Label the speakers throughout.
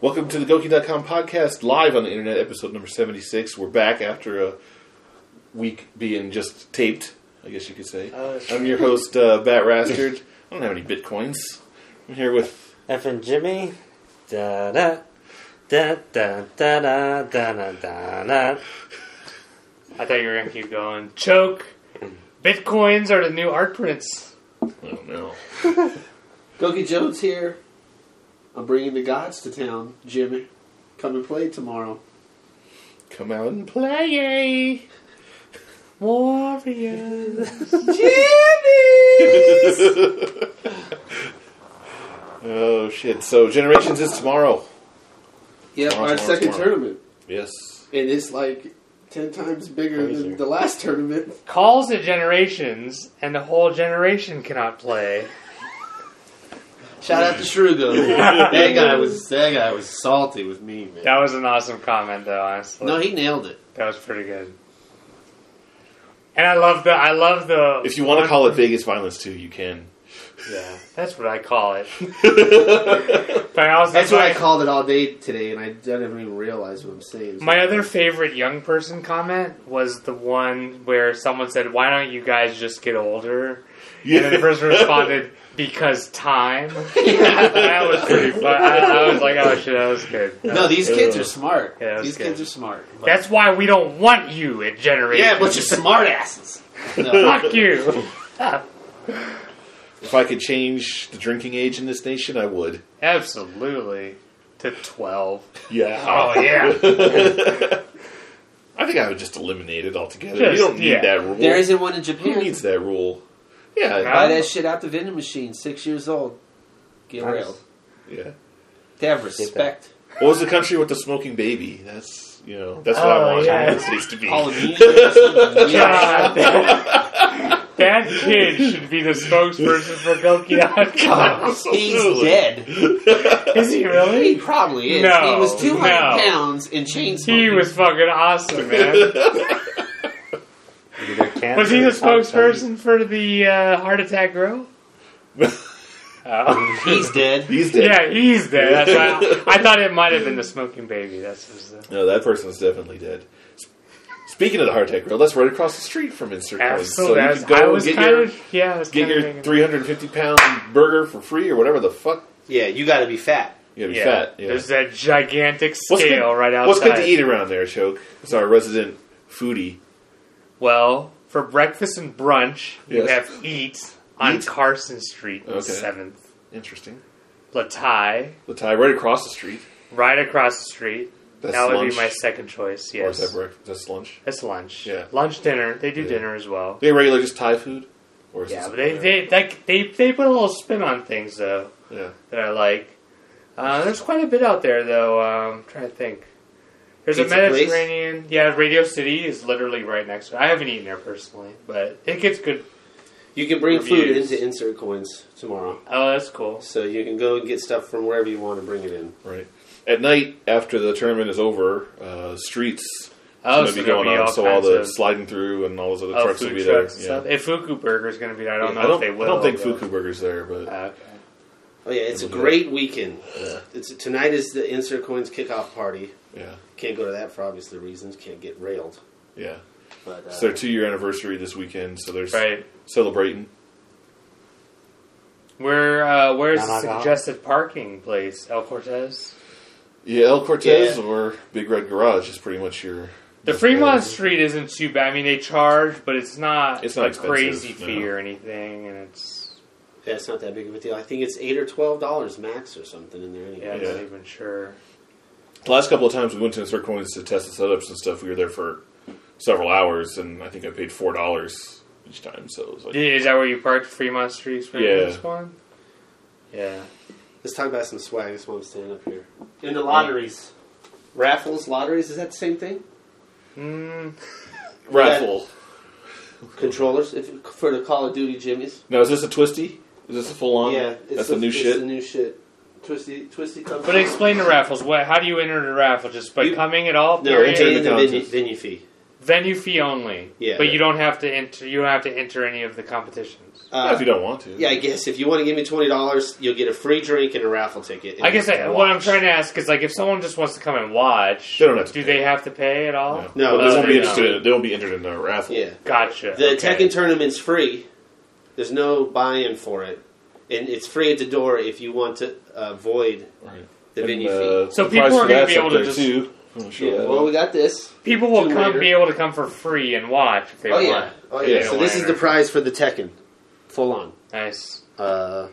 Speaker 1: Welcome to the Goki.com podcast, live on the internet, episode number 76. We're back after a week being just taped, I guess you could say.
Speaker 2: Uh,
Speaker 1: I'm your host, uh, Bat Rastard. I don't have any bitcoins. I'm here with.
Speaker 2: F and Jimmy. Da da da da da da da da da da.
Speaker 3: I thought you were gonna keep going. Choke. Bitcoins are the new art prints.
Speaker 1: I don't know.
Speaker 4: Goki Jones here. I'm bringing the gods to town, Jimmy. Come and play tomorrow.
Speaker 1: Come out and play!
Speaker 3: Warriors.
Speaker 1: oh, shit. So, Generations is tomorrow.
Speaker 4: Yep,
Speaker 1: Tomorrow,
Speaker 4: our
Speaker 1: tomorrow,
Speaker 4: second
Speaker 1: tomorrow.
Speaker 4: tournament.
Speaker 1: Yes.
Speaker 4: And it's like 10 times bigger
Speaker 1: Crazy.
Speaker 4: than the last tournament.
Speaker 3: Calls to generations, and the whole generation cannot play.
Speaker 4: Shout out to Shrugo. that guy was that guy was salty with me, man.
Speaker 3: That was an awesome comment, though. Honestly,
Speaker 4: No, he nailed it.
Speaker 3: that was pretty good. And I love the. I love the.
Speaker 1: If you want to call it Vegas violence, too, you can.
Speaker 4: Yeah.
Speaker 3: that's what I call it. But I also
Speaker 4: That's what I
Speaker 3: my-
Speaker 4: called it all day today, and I didn't even realize what I'm saying.
Speaker 3: My other favorite young person comment was the one where someone said, "Why don't you guys just get older?" And then the person responded, "Because time." that was pretty fun. I, I was like, "Oh shit, that was good."
Speaker 4: no, these kids are smart.
Speaker 3: Yeah, that's
Speaker 4: these
Speaker 3: good.
Speaker 4: kids are smart.
Speaker 3: That's why we don't want you at Generation.
Speaker 4: yeah, but you're smart asses. No.
Speaker 3: fuck you.
Speaker 1: If I could change the drinking age in this nation, I would.
Speaker 3: Absolutely. To twelve.
Speaker 1: Yeah.
Speaker 3: Oh yeah.
Speaker 1: I think I would just eliminate it altogether. you
Speaker 3: Just-
Speaker 1: don't need
Speaker 3: yeah.
Speaker 1: that rule.
Speaker 4: there isn't one in
Speaker 1: Who
Speaker 4: Japan.
Speaker 1: needs that rule? Yeah.
Speaker 3: Huh?
Speaker 4: Buy that shit out the vending machine. Six years old. Get
Speaker 2: Nice.
Speaker 4: railed.
Speaker 1: yeah.
Speaker 4: They have respect.
Speaker 1: What was the country with the smoking baby? That's you know. That's what I
Speaker 3: Oh,
Speaker 1: want
Speaker 3: yeah.
Speaker 1: the United States to be.
Speaker 4: All of you. Yeah.
Speaker 3: God. that kid should be the spokesperson for Goki.com.
Speaker 4: He's dead.
Speaker 3: Is he really?
Speaker 4: He probably is.
Speaker 3: No,
Speaker 4: he was 200
Speaker 3: no.
Speaker 4: pounds in chain smoking.
Speaker 3: He was fucking awesome, man. Was he the spokesperson for the uh, heart attack girl? Oh.
Speaker 4: He's dead.
Speaker 1: He's dead.
Speaker 3: yeah, he's there. That's right. I thought it might have been the smoking baby. That's his, uh,
Speaker 1: No, that person's definitely dead. S- Speaking of the hardtack grill, that's right across the street from Insert Coins. So
Speaker 3: absolutely.
Speaker 1: you
Speaker 3: That's-
Speaker 1: can go
Speaker 3: I was
Speaker 1: get
Speaker 3: kind
Speaker 1: your
Speaker 3: of yeah. I was
Speaker 1: get
Speaker 3: kind of
Speaker 1: your 350 pound burger for free or whatever the fuck.
Speaker 4: Yeah, you gotta be fat.
Speaker 1: You gotta be
Speaker 3: yeah.
Speaker 1: fat. Yeah.
Speaker 3: There's that gigantic
Speaker 1: What's good-
Speaker 3: scale right outside.
Speaker 1: What's good to eat around there, Choke? It's our resident foodie.
Speaker 3: Well, for breakfast and brunch, you
Speaker 1: Yes.
Speaker 3: have Eat on
Speaker 1: Eat?
Speaker 3: Carson Street,
Speaker 1: Okay.
Speaker 3: Seventh
Speaker 1: Interesting.
Speaker 3: Latai,
Speaker 1: The tie right across the street.
Speaker 3: right across the street.
Speaker 1: That's
Speaker 3: that would
Speaker 1: lunch.
Speaker 3: be my second choice.
Speaker 1: Or is that
Speaker 3: Yes,
Speaker 1: breakfast? That's lunch.
Speaker 3: that's lunch.
Speaker 1: Yeah.
Speaker 3: lunch, dinner. They do
Speaker 1: Yeah.
Speaker 3: dinner as well.
Speaker 1: They regular just Thai food, or is
Speaker 3: Yeah,
Speaker 1: this-
Speaker 3: but they they, like, they they put a little spin on things though
Speaker 1: yeah.
Speaker 3: that I like. Uh, there's quite a bit out there though. Um, I'm trying to think. There's
Speaker 4: Pizza
Speaker 3: a
Speaker 4: place?
Speaker 3: Mediterranean. Yeah, Radio City is literally right next to. it. I haven't eaten there personally, but it gets good.
Speaker 4: You can bring food
Speaker 3: Reviews.
Speaker 4: into insert coins tomorrow.
Speaker 3: Oh, that's cool.
Speaker 4: So you can go and get stuff from wherever you want to bring it in.
Speaker 1: right. At night, after the tournament is over, uh, streets is
Speaker 3: Oh,
Speaker 1: going to
Speaker 3: so
Speaker 1: be going
Speaker 3: there'll be
Speaker 1: on,
Speaker 3: all
Speaker 1: so all
Speaker 3: kinds
Speaker 1: the
Speaker 3: of-
Speaker 1: sliding through and all those other
Speaker 3: oh,
Speaker 1: trucks will
Speaker 3: food
Speaker 1: be there.
Speaker 3: trucks and
Speaker 1: Yeah.
Speaker 3: stuff. If Fuku Burger's going to be there, I don't know
Speaker 1: I don't,
Speaker 3: if they will.
Speaker 1: I don't think
Speaker 3: but-
Speaker 1: Fuku Burger's there, but
Speaker 3: Uh, okay.
Speaker 4: Oh yeah, it's a
Speaker 1: It'll be
Speaker 4: great weekend. It's tonight is the insert coins kickoff party.
Speaker 1: yeah,
Speaker 4: Can't go to that for obviously reasons. Can't get railed.
Speaker 1: yeah.
Speaker 4: But uh,
Speaker 1: It's their two-year anniversary this weekend, so they're s-
Speaker 3: Right.
Speaker 1: celebrating.
Speaker 3: Where uh, where's
Speaker 2: No,
Speaker 3: the
Speaker 2: no, no.
Speaker 3: suggested parking place? El Cortez.
Speaker 1: Yeah, El Cortez
Speaker 4: Yeah.
Speaker 1: or Big Red Garage is pretty much your.
Speaker 3: The Fremont Street isn't too bad. I mean, they charge, but it's not
Speaker 1: It's not
Speaker 3: a crazy
Speaker 1: expensive,
Speaker 3: fee
Speaker 1: no.
Speaker 3: or anything, and it's
Speaker 4: yeah, it's not that big of a deal. I think it's eight or twelve dollars max or something in there. Anyway.
Speaker 3: yeah, I'm
Speaker 1: Yeah.
Speaker 3: not even sure.
Speaker 1: The last couple of times we went to Insert Coins to test the setups and stuff, we were there for several hours, and I think I paid four dollars each time. So it was like,
Speaker 3: Is that where you parked Fremont Street? for
Speaker 1: Yeah.
Speaker 3: This one. Yeah.
Speaker 4: Let's talk about some swag. That's why I'm standing up here. In the lotteries, raffles, lotteries—is that the same thing?
Speaker 3: Mm,
Speaker 1: raffle.
Speaker 4: Controllers if, for the Call of Duty Jimmies.
Speaker 1: Now is this a twisty? Is this a full on?
Speaker 4: yeah, it's
Speaker 1: that's
Speaker 4: the,
Speaker 1: a new
Speaker 4: it's
Speaker 1: shit.
Speaker 4: The new shit. Twisty, twisty comes.
Speaker 3: but explain the raffles. What? How do you enter the raffle? Just by
Speaker 4: You-
Speaker 3: coming at all?
Speaker 4: No,
Speaker 3: period?
Speaker 1: enter-
Speaker 4: paying
Speaker 1: the
Speaker 4: the venue,
Speaker 1: contest.
Speaker 4: venue fee.
Speaker 3: venue fee only.
Speaker 4: Yeah.
Speaker 3: but you don't have to enter. You don't have to enter any of the competitions.
Speaker 1: Not
Speaker 4: Uh,
Speaker 1: if you don't want to.
Speaker 4: yeah, I guess if you want to give me twenty dollars, you'll get a free drink and a raffle ticket. and
Speaker 3: I guess I,
Speaker 4: watch.
Speaker 3: what I'm trying to ask is like if someone just wants to come and watch,
Speaker 1: They don't have to
Speaker 3: do
Speaker 1: pay.
Speaker 3: they have to pay at all?
Speaker 1: No,
Speaker 4: No,
Speaker 1: But they
Speaker 3: uh,
Speaker 1: won't be
Speaker 3: no.
Speaker 1: interested. In, they won't be entered in the raffle.
Speaker 4: Yeah,
Speaker 3: Gotcha.
Speaker 4: the
Speaker 3: okay.
Speaker 4: Tekken tournament's free. There's no buy-in for it, and it's free at the door if you want to avoid
Speaker 1: Right.
Speaker 4: the
Speaker 1: And,
Speaker 4: venue
Speaker 1: uh,
Speaker 4: fee.
Speaker 3: So
Speaker 1: the
Speaker 3: people
Speaker 1: price
Speaker 3: are
Speaker 1: for
Speaker 3: gonna
Speaker 1: that's
Speaker 3: be
Speaker 1: up
Speaker 3: able to
Speaker 1: there,
Speaker 3: just-
Speaker 1: too. I'm sure
Speaker 4: Yeah,
Speaker 1: that-
Speaker 4: well, we got this.
Speaker 3: people will
Speaker 4: Two
Speaker 3: come
Speaker 4: later.
Speaker 3: be able to come for free and watch if they
Speaker 4: Oh
Speaker 3: want.
Speaker 4: yeah, oh yeah.
Speaker 1: Yeah,
Speaker 4: so this is the
Speaker 3: liner.
Speaker 4: prize for the Tekken, full on.
Speaker 3: Nice.
Speaker 4: Uh,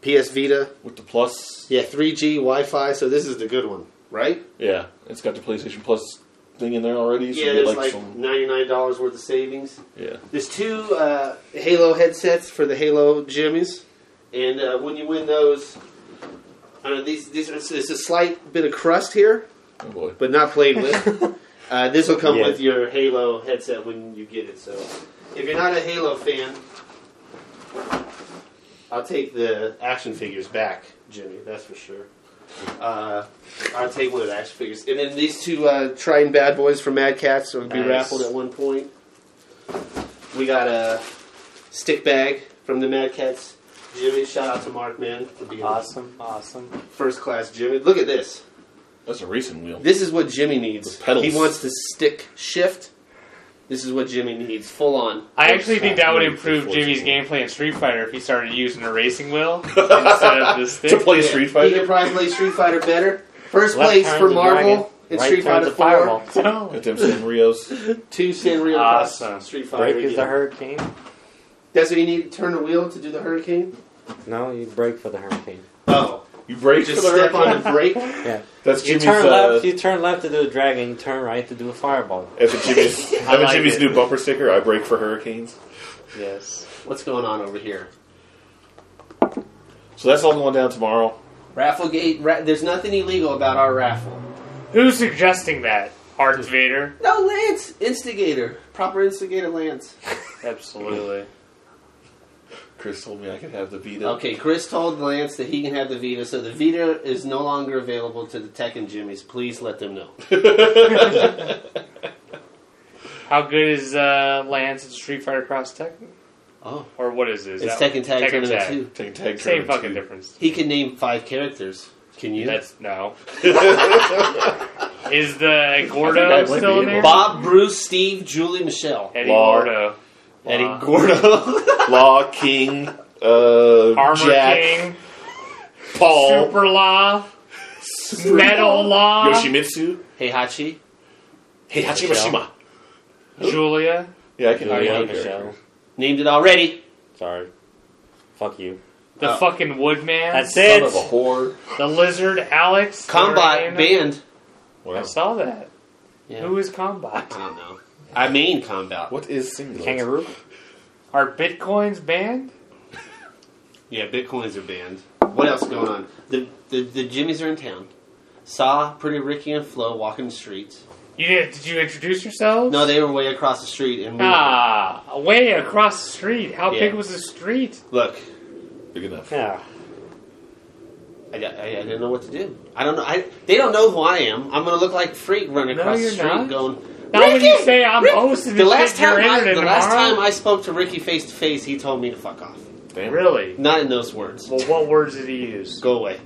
Speaker 4: PS Vita,
Speaker 1: with the plus.
Speaker 4: yeah, 3G Wi-Fi. So this is the good one, right?
Speaker 1: Yeah, it's got the PlayStation Plus thing in there already. So
Speaker 4: yeah,
Speaker 1: you get,
Speaker 4: there's
Speaker 1: like,
Speaker 4: like
Speaker 1: some.
Speaker 4: ninety-nine dollars worth of savings.
Speaker 1: Yeah,
Speaker 4: There's two uh, Halo headsets for the Halo Jimmies, and uh, when you win those, I don't know these. These it's, it's a slight bit of crust here,
Speaker 1: oh boy.
Speaker 4: but not played with. uh, this will come
Speaker 2: Yeah.
Speaker 4: with your Halo headset when you get it. So, if you're not a Halo fan, I'll take the action figures back, Jimmy. That's for sure. Uh, I'll take one of the action figures, and then these two uh, Triton bad boys from Mad Cats would be
Speaker 3: Nice.
Speaker 4: raffled at one point. We got a stick bag from the Mad Cats. Jimmy, shout out to Mark, man, for being
Speaker 3: Awesome. Awesome.
Speaker 4: first class Jimmy. Look at this.
Speaker 1: That's a racing wheel.
Speaker 4: This is what Jimmy needs.
Speaker 1: The pedals.
Speaker 4: He wants the stick shift. This is what Jimmy needs, full on.
Speaker 3: I actually think that would
Speaker 1: Fortnite,
Speaker 3: improve
Speaker 1: Fortnite.
Speaker 3: Jimmy's gameplay in Street Fighter if he started using a racing wheel instead of
Speaker 1: to
Speaker 3: the stick.
Speaker 1: play
Speaker 4: Yeah,
Speaker 1: Street
Speaker 4: He
Speaker 1: Fighter.
Speaker 4: can probably play Street Fighter better. First
Speaker 2: Left
Speaker 4: place
Speaker 2: turns
Speaker 4: for
Speaker 2: a dragon,
Speaker 4: Marvel in
Speaker 2: right
Speaker 4: Street
Speaker 2: turns
Speaker 4: Fighter
Speaker 2: a
Speaker 4: 4.
Speaker 2: fireball.
Speaker 1: At them San Rios.
Speaker 4: Two Sanrio
Speaker 3: Awesome.
Speaker 4: awesome. Street Fighter.
Speaker 2: Break is
Speaker 4: yeah.
Speaker 2: the hurricane.
Speaker 4: That's what you need. Turn the wheel to do the hurricane.
Speaker 2: No, you break for the hurricane.
Speaker 4: Oh,
Speaker 1: You break
Speaker 4: just
Speaker 1: for the
Speaker 4: step
Speaker 1: hurricane.
Speaker 4: on the brake.
Speaker 2: Yeah.
Speaker 1: That's
Speaker 2: You
Speaker 1: Jimmy's.
Speaker 2: turn
Speaker 1: Uh,
Speaker 2: left. You turn left to do a dragon. You turn right to do a fireball.
Speaker 1: that's a Jimmy's.
Speaker 3: I
Speaker 1: That's a
Speaker 3: like
Speaker 1: Jimmy's
Speaker 3: it.
Speaker 1: new bumper sticker. I break for hurricanes.
Speaker 3: Yes.
Speaker 4: What's going on over here?
Speaker 1: So that's all going down tomorrow.
Speaker 4: Raffle gate. Ra- there's nothing illegal about our raffle.
Speaker 3: Who's suggesting that? Art Vader?
Speaker 4: No, Lance, instigator, proper instigator, Lance.
Speaker 3: Absolutely.
Speaker 1: Chris told me I could have the Vita.
Speaker 4: Okay, Chris told Lance that he can have the Vita, so the Vita is no longer available to the Tech and Jimmies. Please let them know.
Speaker 3: How good is uh, Lance at Street Fighter Cross Tekken?
Speaker 4: Oh,
Speaker 3: Or what is it? Is
Speaker 4: it's
Speaker 3: that-
Speaker 4: Tekken Tag
Speaker 3: Tekken
Speaker 4: Tournament
Speaker 3: Tag.
Speaker 4: too.
Speaker 1: Take tag
Speaker 3: Same
Speaker 1: tournament
Speaker 3: fucking
Speaker 1: two.
Speaker 3: difference.
Speaker 4: He can name five characters. Can you?
Speaker 3: That's no. is the
Speaker 1: I
Speaker 3: Gordo
Speaker 1: think I
Speaker 3: still
Speaker 1: might
Speaker 3: in
Speaker 1: be
Speaker 3: there?
Speaker 1: able-
Speaker 4: Bob, Bruce, Steve, Julie, Michelle,
Speaker 3: Eddie
Speaker 1: Law.
Speaker 3: Gordo.
Speaker 4: Eddie Gordo,
Speaker 1: Law King. Uh,
Speaker 3: Armor
Speaker 1: Jack,
Speaker 3: King.
Speaker 1: Paul.
Speaker 3: Super Law. Metal Law.
Speaker 1: Yoshimitsu.
Speaker 4: Heihachi,
Speaker 1: Hey, Hachimashima.
Speaker 3: Julia.
Speaker 1: Yeah, I can.
Speaker 3: Oh,
Speaker 2: Julia,
Speaker 1: I can-
Speaker 2: Michelle.
Speaker 4: named it already.
Speaker 2: Sorry. Fuck you.
Speaker 3: The
Speaker 4: Oh.
Speaker 3: fucking Woodman.
Speaker 2: That's
Speaker 1: Son
Speaker 2: it.
Speaker 1: of a whore.
Speaker 3: The Lizard Alex.
Speaker 4: Combat
Speaker 3: Lorraine.
Speaker 4: banned.
Speaker 1: Wow.
Speaker 3: I saw that.
Speaker 4: Yeah.
Speaker 3: Who is Combat?
Speaker 4: I don't know. I mean combat.
Speaker 1: What is singular?
Speaker 2: Kangaroo.
Speaker 3: Are Bitcoins banned?
Speaker 4: Yeah, bitcoins are banned. What else is going on? The the the Jimmies are in town. Saw Pretty Ricky and Flo walking the streets.
Speaker 3: You did? Did you introduce yourselves?
Speaker 4: No, they were way across the street and we
Speaker 3: Ah, way across the street. How
Speaker 4: Yeah.
Speaker 3: big was the street?
Speaker 4: Look,
Speaker 1: Big enough.
Speaker 2: Yeah.
Speaker 4: I, I, I didn't know what to do. I don't know. I, they don't know who I am. I'm gonna look like a freak running
Speaker 3: No,
Speaker 4: across
Speaker 3: you're
Speaker 4: the street,
Speaker 3: not.
Speaker 4: going.
Speaker 3: Now when you say I'm
Speaker 4: Ricky!"
Speaker 3: hosting
Speaker 4: the
Speaker 3: this
Speaker 4: last
Speaker 3: shit, you're
Speaker 4: time I,
Speaker 3: entering
Speaker 4: the last
Speaker 3: tomorrow?
Speaker 4: time I spoke to Ricky face to face, he told me to fuck off.
Speaker 1: Damn.
Speaker 3: Really?
Speaker 4: Not in those words.
Speaker 3: Well, what words did he use?
Speaker 4: Go away.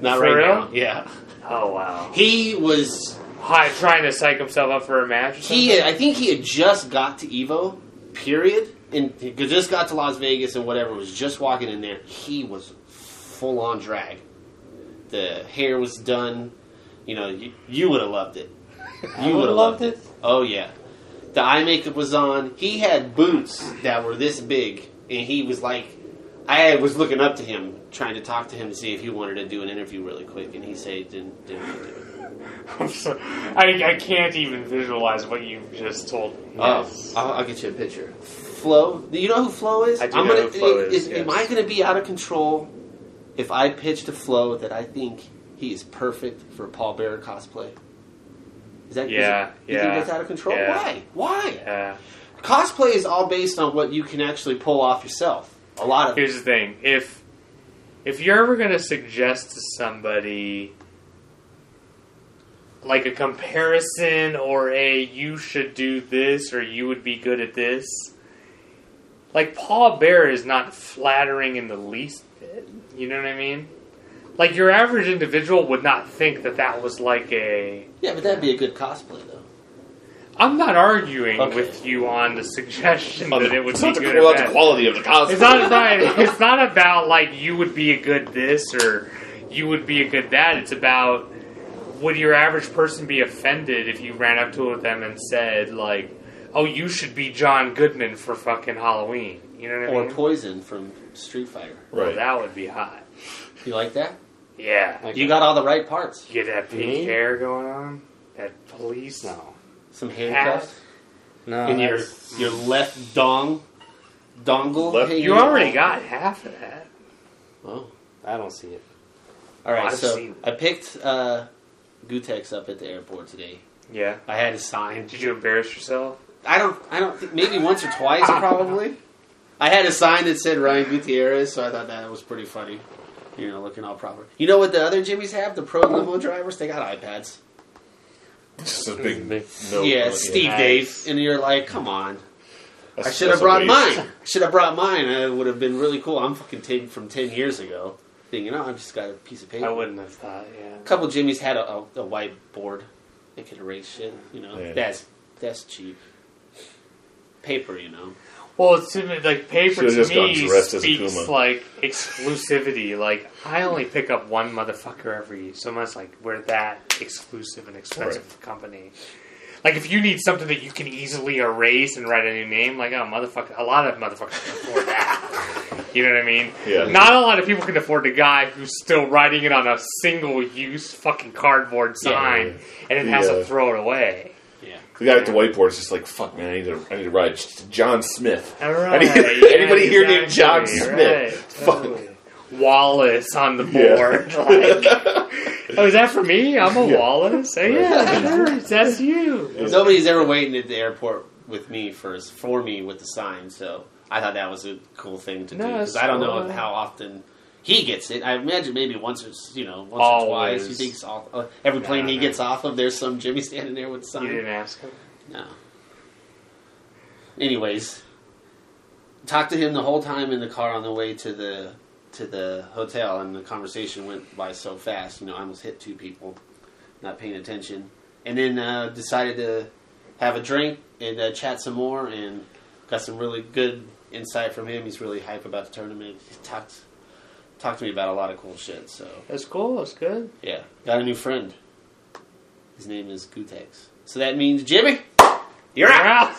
Speaker 4: Not
Speaker 3: For
Speaker 4: right
Speaker 3: real?
Speaker 4: now. Yeah.
Speaker 3: Oh wow.
Speaker 4: He was.
Speaker 3: Hi, trying to psych himself up for a match. or
Speaker 4: He.
Speaker 3: something?
Speaker 4: Had, I think he had just got to Evo. Period. And he just got to Las Vegas and whatever. Was just walking in there. He was full on drag. The hair was done. You know, you, you would have loved it. You would have loved it. Oh yeah. The eye makeup was on. He had boots that were this big, and he was like, I was looking up to him, trying to talk to him to see if he wanted to do an interview really quick, and he said he didn't didn't want to do it.
Speaker 3: I'm so- I, I can't even visualize what you just told me. Um,
Speaker 4: Oh, I'll, I'll get you a picture. Flo, do you know who Flo is?
Speaker 3: I do
Speaker 4: I'm
Speaker 3: know
Speaker 4: gonna,
Speaker 3: who Flo is,
Speaker 4: Am
Speaker 3: yes.
Speaker 4: I going to be out of control if I pitch to Flo that I think he is perfect for Paul Bearer cosplay? Is that is
Speaker 3: Yeah,
Speaker 4: it- You think
Speaker 3: yeah,
Speaker 4: that's out of control?
Speaker 3: yeah.
Speaker 4: Why? Why?
Speaker 3: Yeah.
Speaker 4: cosplay is all based on what you can actually pull off yourself. A lot of
Speaker 3: Here's the thing: if if you're ever going to suggest to somebody like a comparison or a you should do this or you would be good at this. Like Paul Bear is not flattering in the least bit. You know what I mean? Like your average individual would not think that that was like a.
Speaker 4: Yeah, but that'd be a good cosplay though.
Speaker 3: I'm not arguing
Speaker 4: Okay.
Speaker 3: with you on the suggestion
Speaker 1: On
Speaker 3: that
Speaker 1: the-
Speaker 3: it would
Speaker 1: Um, it's
Speaker 3: be
Speaker 1: not the,
Speaker 3: good.
Speaker 1: well,
Speaker 3: or
Speaker 1: that's the
Speaker 3: bad.
Speaker 1: quality of the cosplay.
Speaker 3: It's not, it's not. It's not about like you would be a good this or you would be a good that. It's about would your average person be offended if you ran up to them and said like, "Oh, you should be John Goodman for fucking Halloween." You know what I
Speaker 4: Or
Speaker 3: mean?
Speaker 4: poison from Street Fighter.
Speaker 3: Well,
Speaker 1: right.
Speaker 3: that would be hot.
Speaker 4: You like that?
Speaker 3: Yeah.
Speaker 2: Like-
Speaker 4: You got all the right parts.
Speaker 3: you get that pink
Speaker 2: Me?
Speaker 3: hair going on. That police.
Speaker 2: No.
Speaker 4: Some handcuffs
Speaker 2: No.
Speaker 4: in your
Speaker 2: that's-
Speaker 4: your left dong dongle.
Speaker 1: Left-
Speaker 4: hanging
Speaker 3: You
Speaker 4: out.
Speaker 3: already got half of that.
Speaker 4: Oh.
Speaker 2: I don't see it.
Speaker 4: All right,
Speaker 3: I've
Speaker 4: so
Speaker 3: seen it.
Speaker 4: I picked uh, Gutex up at the airport today.
Speaker 3: Yeah.
Speaker 4: I had his sign.
Speaker 3: Did you embarrass yourself?
Speaker 4: I don't. I don't. Think, maybe once or twice, probably. I had a sign that said Ryan Gutierrez, so I thought that was pretty funny. You know, looking all proper. You know what the other Jimmys have? The pro limo drivers. They got iPads.
Speaker 1: Just a big
Speaker 2: Big-
Speaker 1: no.
Speaker 4: yeah,
Speaker 1: but,
Speaker 4: Steve
Speaker 3: Nice.
Speaker 4: Dave, and you're like, come on. I
Speaker 1: That's-
Speaker 4: should
Speaker 1: that's
Speaker 4: have
Speaker 1: a
Speaker 4: brought
Speaker 1: waste.
Speaker 4: mine. I should have brought mine. It would have been really cool. I'm fucking ten from ten years ago. Thinking, oh, I've just got a piece of paper.
Speaker 3: I wouldn't have thought. Yeah.
Speaker 4: A couple Jimmys had a, a, a whiteboard. They could erase shit. You know,
Speaker 1: Yeah.
Speaker 4: that's that's cheap. Paper, you know.
Speaker 3: Well, it's to me, like paper
Speaker 1: Should've
Speaker 3: to
Speaker 1: just gone
Speaker 3: me
Speaker 1: dressed as a
Speaker 3: speaks
Speaker 1: Kuma.
Speaker 3: like exclusivity. Like I only pick up one motherfucker every year, so much like we're that exclusive and expensive company. Like if you need something that you can easily erase and write a new name, like oh motherfucker, a lot of motherfuckers can afford that. You know what I mean?
Speaker 1: Yeah.
Speaker 3: Not a lot of people can afford a guy who's still writing it on a single-use fucking cardboard
Speaker 4: Yeah.
Speaker 3: sign, and it has
Speaker 1: Yeah.
Speaker 3: to throw it away.
Speaker 4: Yeah.
Speaker 1: The guy at the whiteboard is just like, "Fuck, man, I need to, I need to ride John Smith.
Speaker 3: All right.
Speaker 1: Anybody here named John
Speaker 3: exactly,
Speaker 1: Smith? Fuck.
Speaker 3: Wallace on the
Speaker 1: Yeah.
Speaker 3: board. Like, oh, is that for me? I'm a
Speaker 1: Yeah.
Speaker 3: Wallace. Oh, yeah, sure. That's you.
Speaker 4: Nobody's ever waiting at the airport with me for for me with the sign, so I thought that was a cool thing to do
Speaker 3: No,
Speaker 4: 'cause do because
Speaker 3: it's
Speaker 4: I don't know
Speaker 3: cool.
Speaker 4: how often he gets it. I imagine maybe once or s- you know once or
Speaker 3: Always.
Speaker 4: twice. He thinks all, uh, every
Speaker 3: No,
Speaker 4: plane he
Speaker 3: no.
Speaker 4: gets off of, there's some Jimmy standing there with a
Speaker 3: You didn't
Speaker 4: sign.
Speaker 3: ask him.
Speaker 4: No. Anyways, talked to him the whole time in the car on the way to the to the hotel, and the conversation went by so fast. You know, I almost hit two people, not paying attention, and then uh, decided to have a drink and uh, chat some more, and got some really good insight from him. He's really hype about the tournament. He talked talked to me about a lot of cool shit. So
Speaker 3: That's cool. That's good.
Speaker 4: yeah, got a new friend. His name is Gutex. So that means Jimmy. You're
Speaker 3: You're
Speaker 4: out.
Speaker 3: out.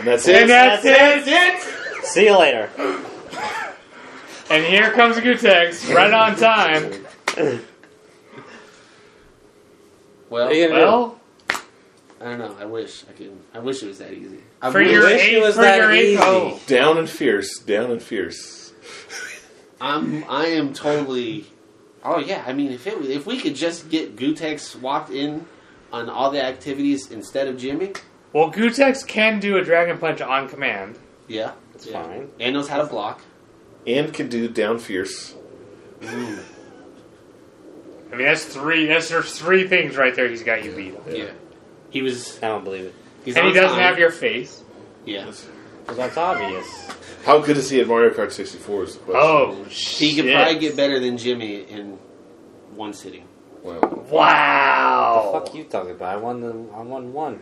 Speaker 1: And that's it.
Speaker 3: And that's, it.
Speaker 2: See you later.
Speaker 3: And here comes Gutex, right on time.
Speaker 4: Well,
Speaker 2: Yeah.
Speaker 3: Well,
Speaker 4: I don't know. I wish I could. I wish it was that easy. I
Speaker 3: for
Speaker 4: wish-
Speaker 3: your
Speaker 2: wish it
Speaker 3: eight,
Speaker 2: was
Speaker 3: for
Speaker 2: that
Speaker 3: your eight.
Speaker 2: easy.
Speaker 3: Oh,
Speaker 1: Down and fierce. Down and fierce.
Speaker 4: I'm. I am totally. Oh yeah. I mean, if it was, if we could just get Gutex walked in on all the activities instead of Jimmy,
Speaker 3: well, Gutex can do a dragon punch on command.
Speaker 4: yeah,
Speaker 2: It's
Speaker 4: yeah.
Speaker 2: fine.
Speaker 4: And knows how to block.
Speaker 1: And can do down fierce.
Speaker 3: I mean, that's three. That's there's three things right there. He's got you beat.
Speaker 4: Yeah. He was.
Speaker 2: I don't believe it.
Speaker 4: He's
Speaker 3: And he
Speaker 4: on
Speaker 3: doesn't
Speaker 4: time.
Speaker 3: have your face.
Speaker 4: Yeah.
Speaker 2: Because that's obvious.
Speaker 1: How good is he at Mario Kart 64? Is the question.
Speaker 3: Oh, shit.
Speaker 4: He could probably get better than Jimmy in one sitting.
Speaker 1: Wow.
Speaker 3: Wow.
Speaker 2: Fuck you talking about. I won the. I won one.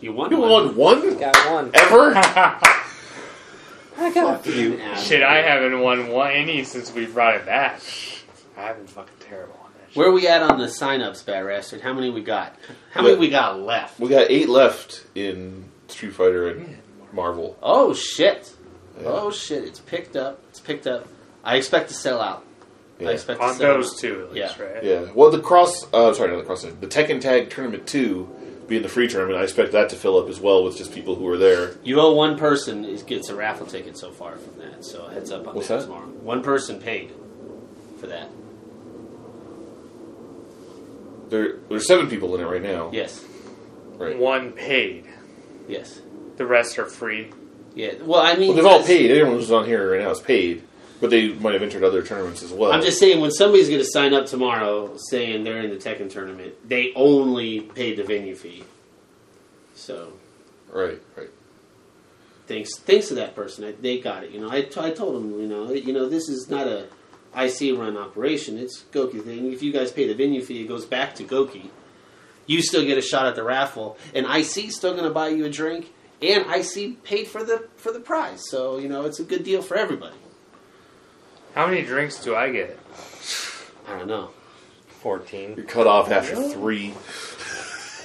Speaker 4: You won.
Speaker 1: You won
Speaker 4: one.
Speaker 1: one
Speaker 2: Got one.
Speaker 1: ever?
Speaker 2: I got a
Speaker 4: Fucking
Speaker 2: few.
Speaker 4: ass.
Speaker 3: Shit, I haven't won one any since we brought it back. I've been fucking terrible on that shit.
Speaker 4: Where are we at on the sign-ups, Bat Bastard? How many we got? How many we got left?
Speaker 1: We got eight left in Street Fighter and Marvel.
Speaker 4: Oh shit!
Speaker 1: Yeah.
Speaker 4: Oh shit! It's picked up. It's picked up. I expect to sell out.
Speaker 1: Yeah.
Speaker 4: I expect to
Speaker 3: On
Speaker 4: sell
Speaker 3: those
Speaker 4: out.
Speaker 3: two, at least,
Speaker 4: Yeah.
Speaker 3: right?
Speaker 1: Yeah. Well, the cross. Uh, sorry, not the cross. The Tekken Tag Tournament Two, being the free tournament, I expect that to fill up as well with just people who are there.
Speaker 4: You owe one person is gets a raffle ticket so far from that. So heads up on
Speaker 1: What's
Speaker 4: that,
Speaker 1: that?
Speaker 4: tomorrow. One person paid for that.
Speaker 1: There, there's seven people in it right now.
Speaker 4: Yes.
Speaker 1: Right.
Speaker 3: One paid.
Speaker 4: Yes.
Speaker 3: The rest are free.
Speaker 4: Yeah. Well, I mean,
Speaker 1: Well, they've all
Speaker 4: that's-
Speaker 1: paid. Everyone who's on here right now is paid. But they might have entered other tournaments as well.
Speaker 4: I'm just saying, when somebody's going to sign up tomorrow saying they're in the Tekken tournament, they only paid the venue fee. So
Speaker 1: right, right.
Speaker 4: thanks, thanks to that person, I, they got it. You know, I, t- I told them, you know, you know, this is not a IC run operation. It's Goki thing. If you guys pay the venue fee, it goes back to Goki. You still get a shot at the raffle, and IC's still going to buy you a drink, and IC paid for the for the prize. So you know, it's a good deal for everybody.
Speaker 3: How many drinks do I get?
Speaker 4: I don't know.
Speaker 2: 14.
Speaker 1: You're cut off after three.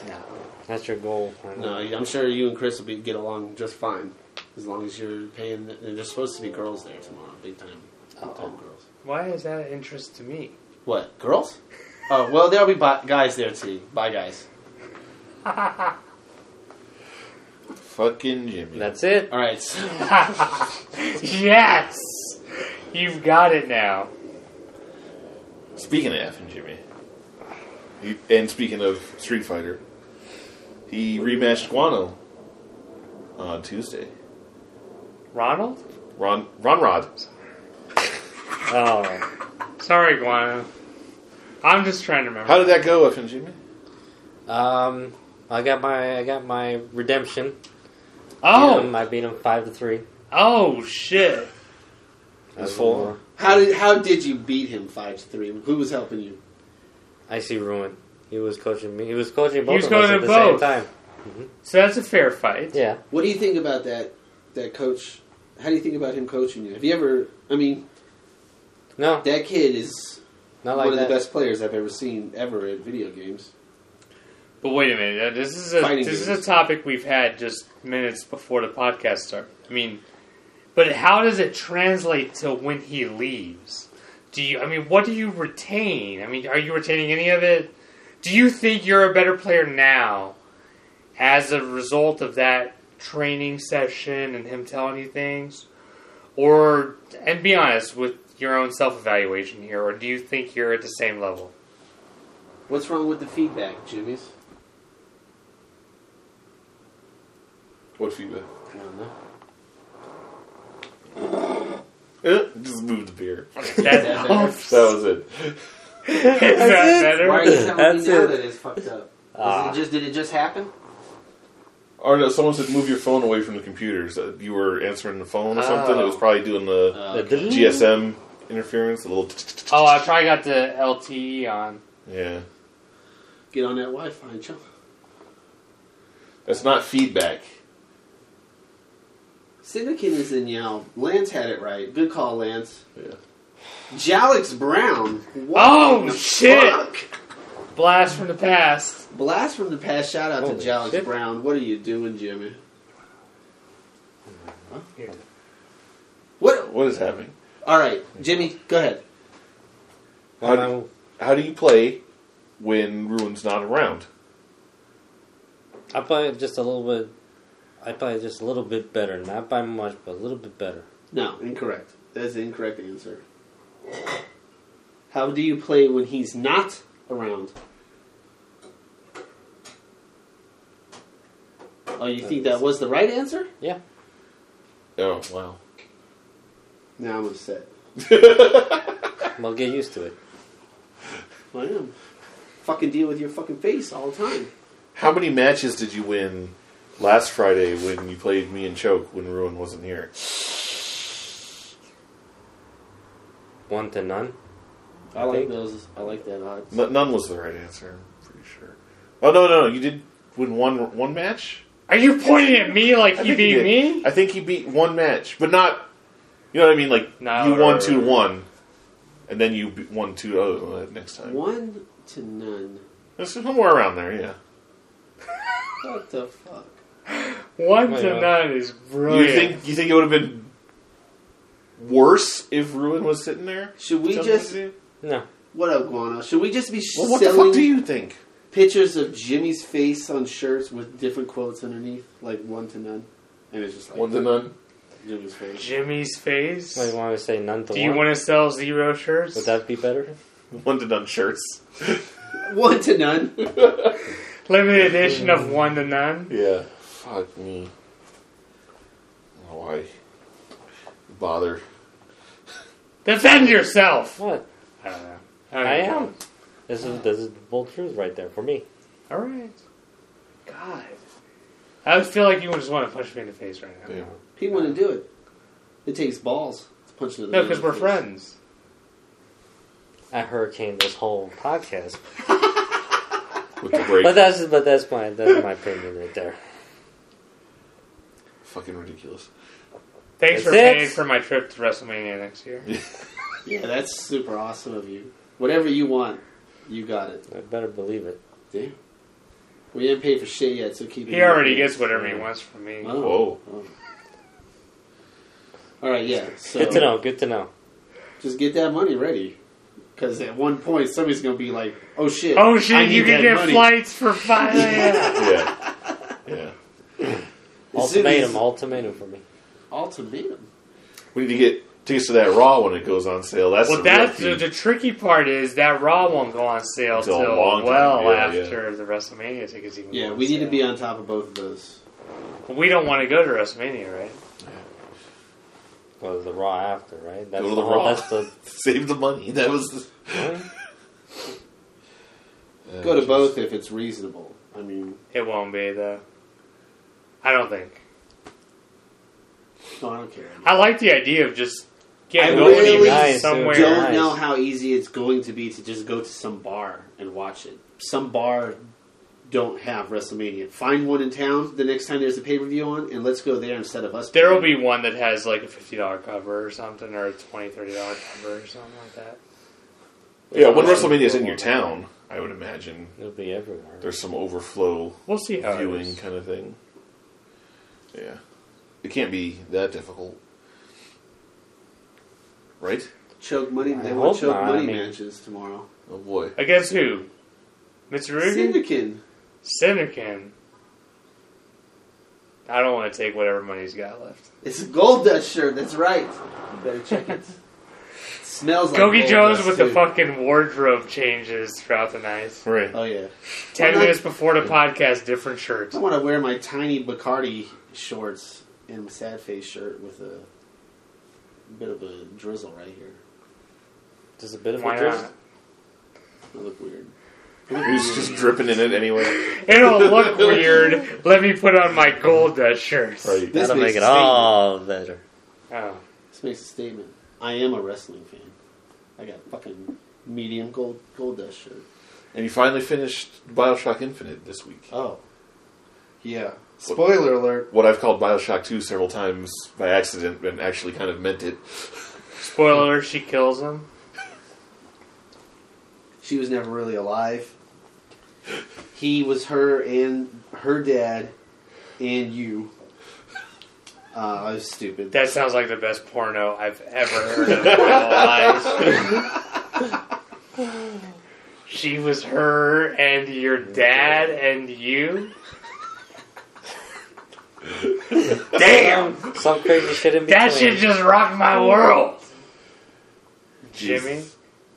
Speaker 2: No. That's your goal. I know.
Speaker 4: No, I'm sure you and Chris will be, get along just fine, as long as you're paying. And there's supposed to be girls there tomorrow, big time, big time girls.
Speaker 3: Why is that of interest to me?
Speaker 4: What girls? Oh well, there'll be bi- guys there too. Bye, guys.
Speaker 1: Fucking Jimmy.
Speaker 2: That's it.
Speaker 4: All right. So,
Speaker 3: yes! You've got it now.
Speaker 1: Speaking of effing Jimmy, he, and speaking of Street Fighter, he rematched Guano on Tuesday.
Speaker 3: Ronald?
Speaker 1: Ron Ron Rod.
Speaker 2: Oh,
Speaker 3: Sorry, Guano. I'm just trying to remember.
Speaker 1: How did that go, effing Jimmy?
Speaker 2: um, I got my I got my redemption.
Speaker 3: oh!
Speaker 2: Beat him. I beat him five to three.
Speaker 3: Oh, shit.
Speaker 1: That's
Speaker 2: As
Speaker 1: full.
Speaker 2: before.
Speaker 4: how did how did you beat him five to three? Who was helping you?
Speaker 2: I see ruin. He was coaching me. He was coaching both
Speaker 3: was
Speaker 2: of us at
Speaker 3: coaching
Speaker 2: the same
Speaker 3: both.
Speaker 2: time.
Speaker 3: So that's a fair fight.
Speaker 2: Yeah.
Speaker 4: What do you think about that? That coach? How do you think about him coaching you? Have you ever? I mean,
Speaker 2: No,
Speaker 4: that kid is
Speaker 2: not
Speaker 4: one
Speaker 2: like
Speaker 4: of
Speaker 2: that.
Speaker 4: the best players I've ever seen ever at video games.
Speaker 3: But wait a minute. uh, This is a
Speaker 4: Fighting
Speaker 3: this is a
Speaker 4: games.
Speaker 3: topic we've had just minutes before the podcast started. I mean, but how does it translate to when he leaves? Do you? I mean, what do you retain? I mean, are you retaining any of it? Do you think you're a better player now as a result of that training session and him telling you things? Or and be honest with your own self evaluation here, or do you think you're at the same level?
Speaker 4: What's wrong with the feedback, Jimmy's?
Speaker 1: What feedback?
Speaker 4: I don't know.
Speaker 1: Eh, Just moved the beer.
Speaker 3: That helps.
Speaker 1: That was it.
Speaker 3: Is that
Speaker 2: it.
Speaker 3: better?
Speaker 4: Why are you telling
Speaker 2: That's
Speaker 4: me now
Speaker 2: it.
Speaker 4: that it's fucked up?
Speaker 2: Ah.
Speaker 4: Is it just, did it just happen?
Speaker 1: Or no, someone said move your phone away from the computers. Uh, you were answering the phone or something. It was
Speaker 4: Oh.
Speaker 1: probably doing the
Speaker 4: Uh,
Speaker 1: GSM
Speaker 3: Mm-hmm.
Speaker 1: interference. A little.
Speaker 3: Oh, I probably got the LTE on.
Speaker 1: Yeah,
Speaker 4: get on that Wi-Fi and chill.
Speaker 1: that's not feedback.
Speaker 4: Sivakin is in Yao. Lance had it right. Good call, Lance.
Speaker 1: Yeah.
Speaker 4: Jalix Brown. What
Speaker 3: Oh,
Speaker 4: the
Speaker 3: shit.
Speaker 4: fuck?
Speaker 3: Blast from the past.
Speaker 4: Blast from the past. Shout out
Speaker 2: Holy
Speaker 4: to Jalix
Speaker 2: shit.
Speaker 4: Brown. What are you doing, Jimmy? What?
Speaker 1: What is happening?
Speaker 4: All right, Jimmy, go ahead.
Speaker 1: How do-
Speaker 2: Um,
Speaker 1: How do you play when Ruin's not around?
Speaker 2: I play it just a little bit. I play it just a little bit better, not by much, but a little bit better.
Speaker 4: No, incorrect. That's the incorrect answer. How do you play when he's not around? Oh, you think that was the right answer?
Speaker 2: Yeah.
Speaker 1: Oh wow!
Speaker 4: Now I'm upset.
Speaker 2: Well, get used to it.
Speaker 4: I am. Fucking deal with your fucking face all the time.
Speaker 1: How many matches did you win last Friday when you played me and Choke when Ruin wasn't here?
Speaker 2: One to none.
Speaker 4: I like
Speaker 2: think-
Speaker 4: those. I like that odds.
Speaker 1: N- none was the right answer. I'm pretty sure. Oh no, no, no! You did win one one match.
Speaker 3: Are you pointing at me like
Speaker 1: I
Speaker 3: you
Speaker 1: think he
Speaker 3: beat
Speaker 1: did.
Speaker 3: me?
Speaker 1: I think he beat one match, but not. You know what I mean? Like
Speaker 3: No,
Speaker 1: you
Speaker 3: right,
Speaker 1: won
Speaker 3: right,
Speaker 1: two to
Speaker 3: right.
Speaker 1: one, and then you be- won two to other uh, next time.
Speaker 4: One to none.
Speaker 1: It's somewhere around there, yeah.
Speaker 4: What the fuck?
Speaker 3: One
Speaker 2: Oh,
Speaker 3: to
Speaker 2: yeah.
Speaker 3: nine is
Speaker 1: you
Speaker 3: brilliant.
Speaker 1: think you think it would have been worse if Ruin was sitting there?
Speaker 4: Should we
Speaker 1: Something
Speaker 4: just?
Speaker 1: to do?
Speaker 2: No.
Speaker 4: What up, Guano? Should we just be
Speaker 1: Well, what the
Speaker 4: selling
Speaker 1: fuck do you think?
Speaker 4: pictures of Jimmy's face on shirts with different quotes underneath, like one to none, and it's just like
Speaker 1: One to none.
Speaker 4: Jimmy's face.
Speaker 3: Jimmy's face?
Speaker 2: Well, you want to say none to
Speaker 3: Do
Speaker 2: one?
Speaker 3: you want to sell zero shirts?
Speaker 2: Would that be better?
Speaker 1: One to none shirts.
Speaker 4: One to none.
Speaker 3: Limited edition of one to none?
Speaker 1: Yeah. Fuck me. Oh, Why bother?
Speaker 3: Defend yourself.
Speaker 2: What?
Speaker 3: I don't know.
Speaker 2: I am. This is this is the bold truth right there for me.
Speaker 3: All right. God, I would feel like you would just want to punch me in the face right now.
Speaker 1: Yeah.
Speaker 4: He wouldn't do it. It takes balls to punch the
Speaker 3: No, because we're friends.
Speaker 2: I hurricane this whole podcast.
Speaker 1: With the break.
Speaker 2: But that's but that's my that's my opinion right there.
Speaker 1: Fucking ridiculous.
Speaker 3: Thanks for
Speaker 2: That's it.
Speaker 3: paying for my trip to WrestleMania next year.
Speaker 4: Yeah, that's super awesome of you. Whatever you want, you got it.
Speaker 2: I better believe it.
Speaker 4: Damn. We didn't pay for shit yet, so keep it.
Speaker 3: He already gets whatever he wants from me.
Speaker 4: Oh.
Speaker 1: Whoa.
Speaker 4: Oh. All right, yeah. So
Speaker 2: Good to know. Good to know.
Speaker 4: Just get that money ready, because at one point somebody's gonna be like, "Oh shit!
Speaker 3: Oh
Speaker 4: I
Speaker 3: shit!
Speaker 4: need
Speaker 3: You can
Speaker 4: that
Speaker 3: get
Speaker 4: money."
Speaker 3: flights for five. yeah.
Speaker 1: Yeah. Yeah.
Speaker 4: It's in
Speaker 2: Ultimatum.
Speaker 4: these-
Speaker 2: Ultimatum for me.
Speaker 4: Ultimatum.
Speaker 1: We need to get tickets to that Raw when it goes on sale. That's
Speaker 3: Well,
Speaker 1: the real
Speaker 3: that's the,
Speaker 1: key.
Speaker 3: the tricky part is that Raw won't go on sale
Speaker 1: Until
Speaker 3: till
Speaker 1: a long time,
Speaker 3: well
Speaker 1: yeah, yeah.
Speaker 3: after the WrestleMania tickets even.
Speaker 4: Yeah,
Speaker 3: go on
Speaker 4: we need to
Speaker 3: sale.
Speaker 4: be on top of both of those.
Speaker 3: We don't want to go to WrestleMania, right?
Speaker 2: Well, the raw after, right? That's
Speaker 1: Go to
Speaker 2: the
Speaker 1: the
Speaker 2: whole-
Speaker 1: Raw.
Speaker 2: That's the.
Speaker 1: Save the money. That was.
Speaker 4: Go to both if it's reasonable. I mean,
Speaker 3: It won't be though. I don't think.
Speaker 4: no, I don't care.
Speaker 3: I like the idea of just
Speaker 4: I
Speaker 3: getting going
Speaker 4: really
Speaker 3: even
Speaker 2: Nice,
Speaker 3: somewhere.
Speaker 2: dude.
Speaker 4: don't
Speaker 2: Nice.
Speaker 4: know how easy it's going to be to just go to some bar and watch it. Some bar don't have WrestleMania. Find one in town the next time there's a pay per view on, and let's go there instead of us.
Speaker 3: There will be one that has like a fifty dollar cover or something, or a $20, 30 dollar cover or something like that.
Speaker 1: Yeah, when WrestleMania is in your town, I would imagine
Speaker 2: It'll be everywhere.
Speaker 1: there's some overflow
Speaker 3: We'll see how it
Speaker 1: viewing
Speaker 3: is.
Speaker 1: kind of thing. Yeah. It can't be that difficult. Right?
Speaker 4: choke money. They
Speaker 2: I
Speaker 4: want
Speaker 2: hope
Speaker 4: choke
Speaker 2: not,
Speaker 4: money
Speaker 2: I mean-
Speaker 4: matches tomorrow.
Speaker 1: Oh boy.
Speaker 3: Against who? Mitsurugi?
Speaker 4: Syndikin.
Speaker 3: Syndicate. I don't want to take whatever money he's got left.
Speaker 4: It's a gold dust shirt. That's right. You better check it. Smells like
Speaker 3: Gogi
Speaker 4: Gold
Speaker 3: Joe's
Speaker 4: Dust,
Speaker 3: with the
Speaker 4: too.
Speaker 3: fucking wardrobe changes throughout the night.
Speaker 1: Right.
Speaker 4: Oh yeah.
Speaker 3: Ten
Speaker 4: not-
Speaker 3: minutes before the podcast, different shirt.
Speaker 4: I want to wear my tiny Bacardi shorts and my sad face shirt with a bit of a drizzle right here.
Speaker 2: Just a bit of
Speaker 3: Why
Speaker 2: a drizzle.
Speaker 3: not?
Speaker 4: I look weird.
Speaker 1: Who's just dripping in it anyway?
Speaker 3: It'll look weird. Let me put on my gold dust shirts.
Speaker 1: Right.
Speaker 4: This
Speaker 2: That'll
Speaker 4: makes
Speaker 2: make it
Speaker 4: a statement.
Speaker 2: all better.
Speaker 3: Oh.
Speaker 4: This makes a statement. I am a wrestling fan. I got a fucking medium gold gold dust shirt.
Speaker 1: And you finally finished Bioshock Infinite this week.
Speaker 4: Oh. Yeah. Spoiler alert.
Speaker 1: What I've called Bioshock 2 several times by accident and actually kind of meant it.
Speaker 3: Spoiler, she kills him.
Speaker 4: She was never really alive. He was her and her dad and you. Uh, I was stupid.
Speaker 3: That sounds like the best porno I've ever heard in my whole life. she was her and your dad and you? Damn!
Speaker 2: Some crazy shit in between.
Speaker 3: That shit just rocked my world. Jimmy,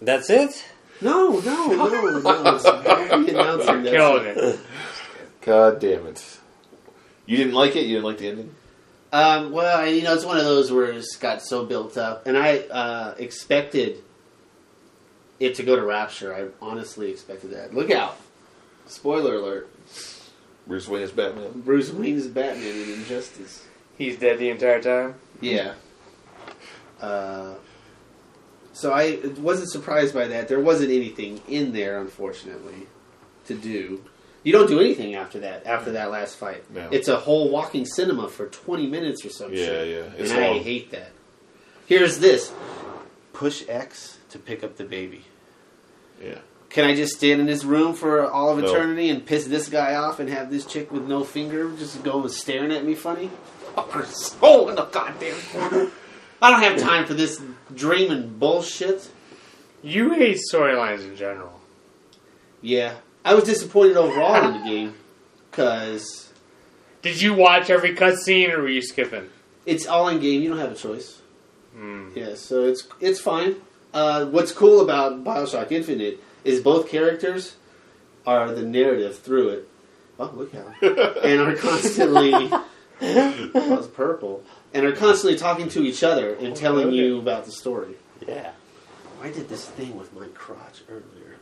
Speaker 2: That's it.
Speaker 4: No, no, no, no. It's very announcing that.
Speaker 3: killing it.
Speaker 1: God damn it. You didn't like it? You didn't like the ending?
Speaker 4: Um, well, I- you know, it's one of those where it's got so built up, and I uh, expected it to go to Rapture. I honestly expected that. Look out! Spoiler alert:
Speaker 1: Bruce Wayne as Batman?
Speaker 4: Bruce Wayne is Batman in Injustice.
Speaker 3: He's dead the entire time.
Speaker 4: Yeah. Uh, so I wasn't surprised by that. There wasn't anything in there, unfortunately, to do. You don't do anything after that. After that last fight,
Speaker 1: No.
Speaker 4: it's a whole walking cinema for twenty minutes or some
Speaker 1: Yeah,
Speaker 4: shit.
Speaker 1: yeah. It's
Speaker 4: and I
Speaker 1: long.
Speaker 4: hate that. Here's this: push X to pick up the baby.
Speaker 1: Yeah.
Speaker 4: Can I just stand in this room for all of
Speaker 1: No.
Speaker 4: eternity and piss this guy off and have this chick with no finger just go and staring at me funny? Fuckers. Oh, in the goddamn corner. I don't have time for this dreaming bullshit.
Speaker 3: You hate storylines in general.
Speaker 4: Yeah. I was disappointed overall in the game because
Speaker 3: Did you watch every cutscene or were you skipping?
Speaker 4: it's all in game. You don't have a choice.
Speaker 3: Hmm.
Speaker 4: Yeah, so it's it's fine. Uh, what's cool about Bioshock Infinite is both characters are the narrative through it. Oh, look out! and are constantly that was purple, and are constantly talking to each other and telling you about the story.
Speaker 2: Yeah.
Speaker 4: I did this thing with my crotch earlier.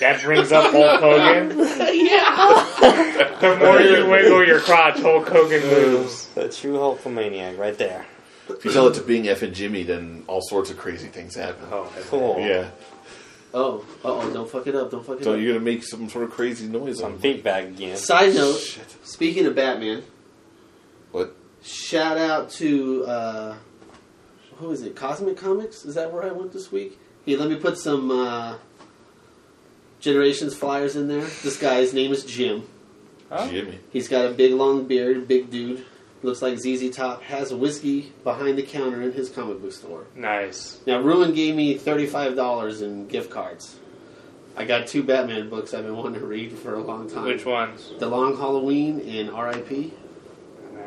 Speaker 3: That brings up Hulk Hogan.
Speaker 4: yeah.
Speaker 3: The more you wiggle your crotch, Hulk Hogan moves.
Speaker 2: The true Hulkamaniac right there.
Speaker 1: If you tell it to Bing F and Jimmy, then all sorts of crazy things happen.
Speaker 3: Oh,
Speaker 2: Cool.
Speaker 1: Yeah.
Speaker 4: Oh, oh, don't fuck it up. Don't fuck it
Speaker 1: So
Speaker 4: up.
Speaker 1: you're gonna make some sort of crazy noise
Speaker 2: Some
Speaker 1: on
Speaker 2: feedback again.
Speaker 4: Side note:
Speaker 1: Shit.
Speaker 4: Speaking of Batman,
Speaker 1: what?
Speaker 4: shout out to uh, who is it? Cosmic Comics. Is that where I went this week? Hey, let me put some uh, Generations flyers in there. This guy's name is Jim.
Speaker 1: Jimmy.
Speaker 4: He's got a big long beard, big dude. Looks like ZZ Top has a whiskey behind the counter in his comic book store.
Speaker 3: Nice.
Speaker 4: Now, Ruin gave me $35 in gift cards. I got two Batman books I've been wanting to read for a long time.
Speaker 3: Which ones?
Speaker 4: The Long Halloween and R.I.P.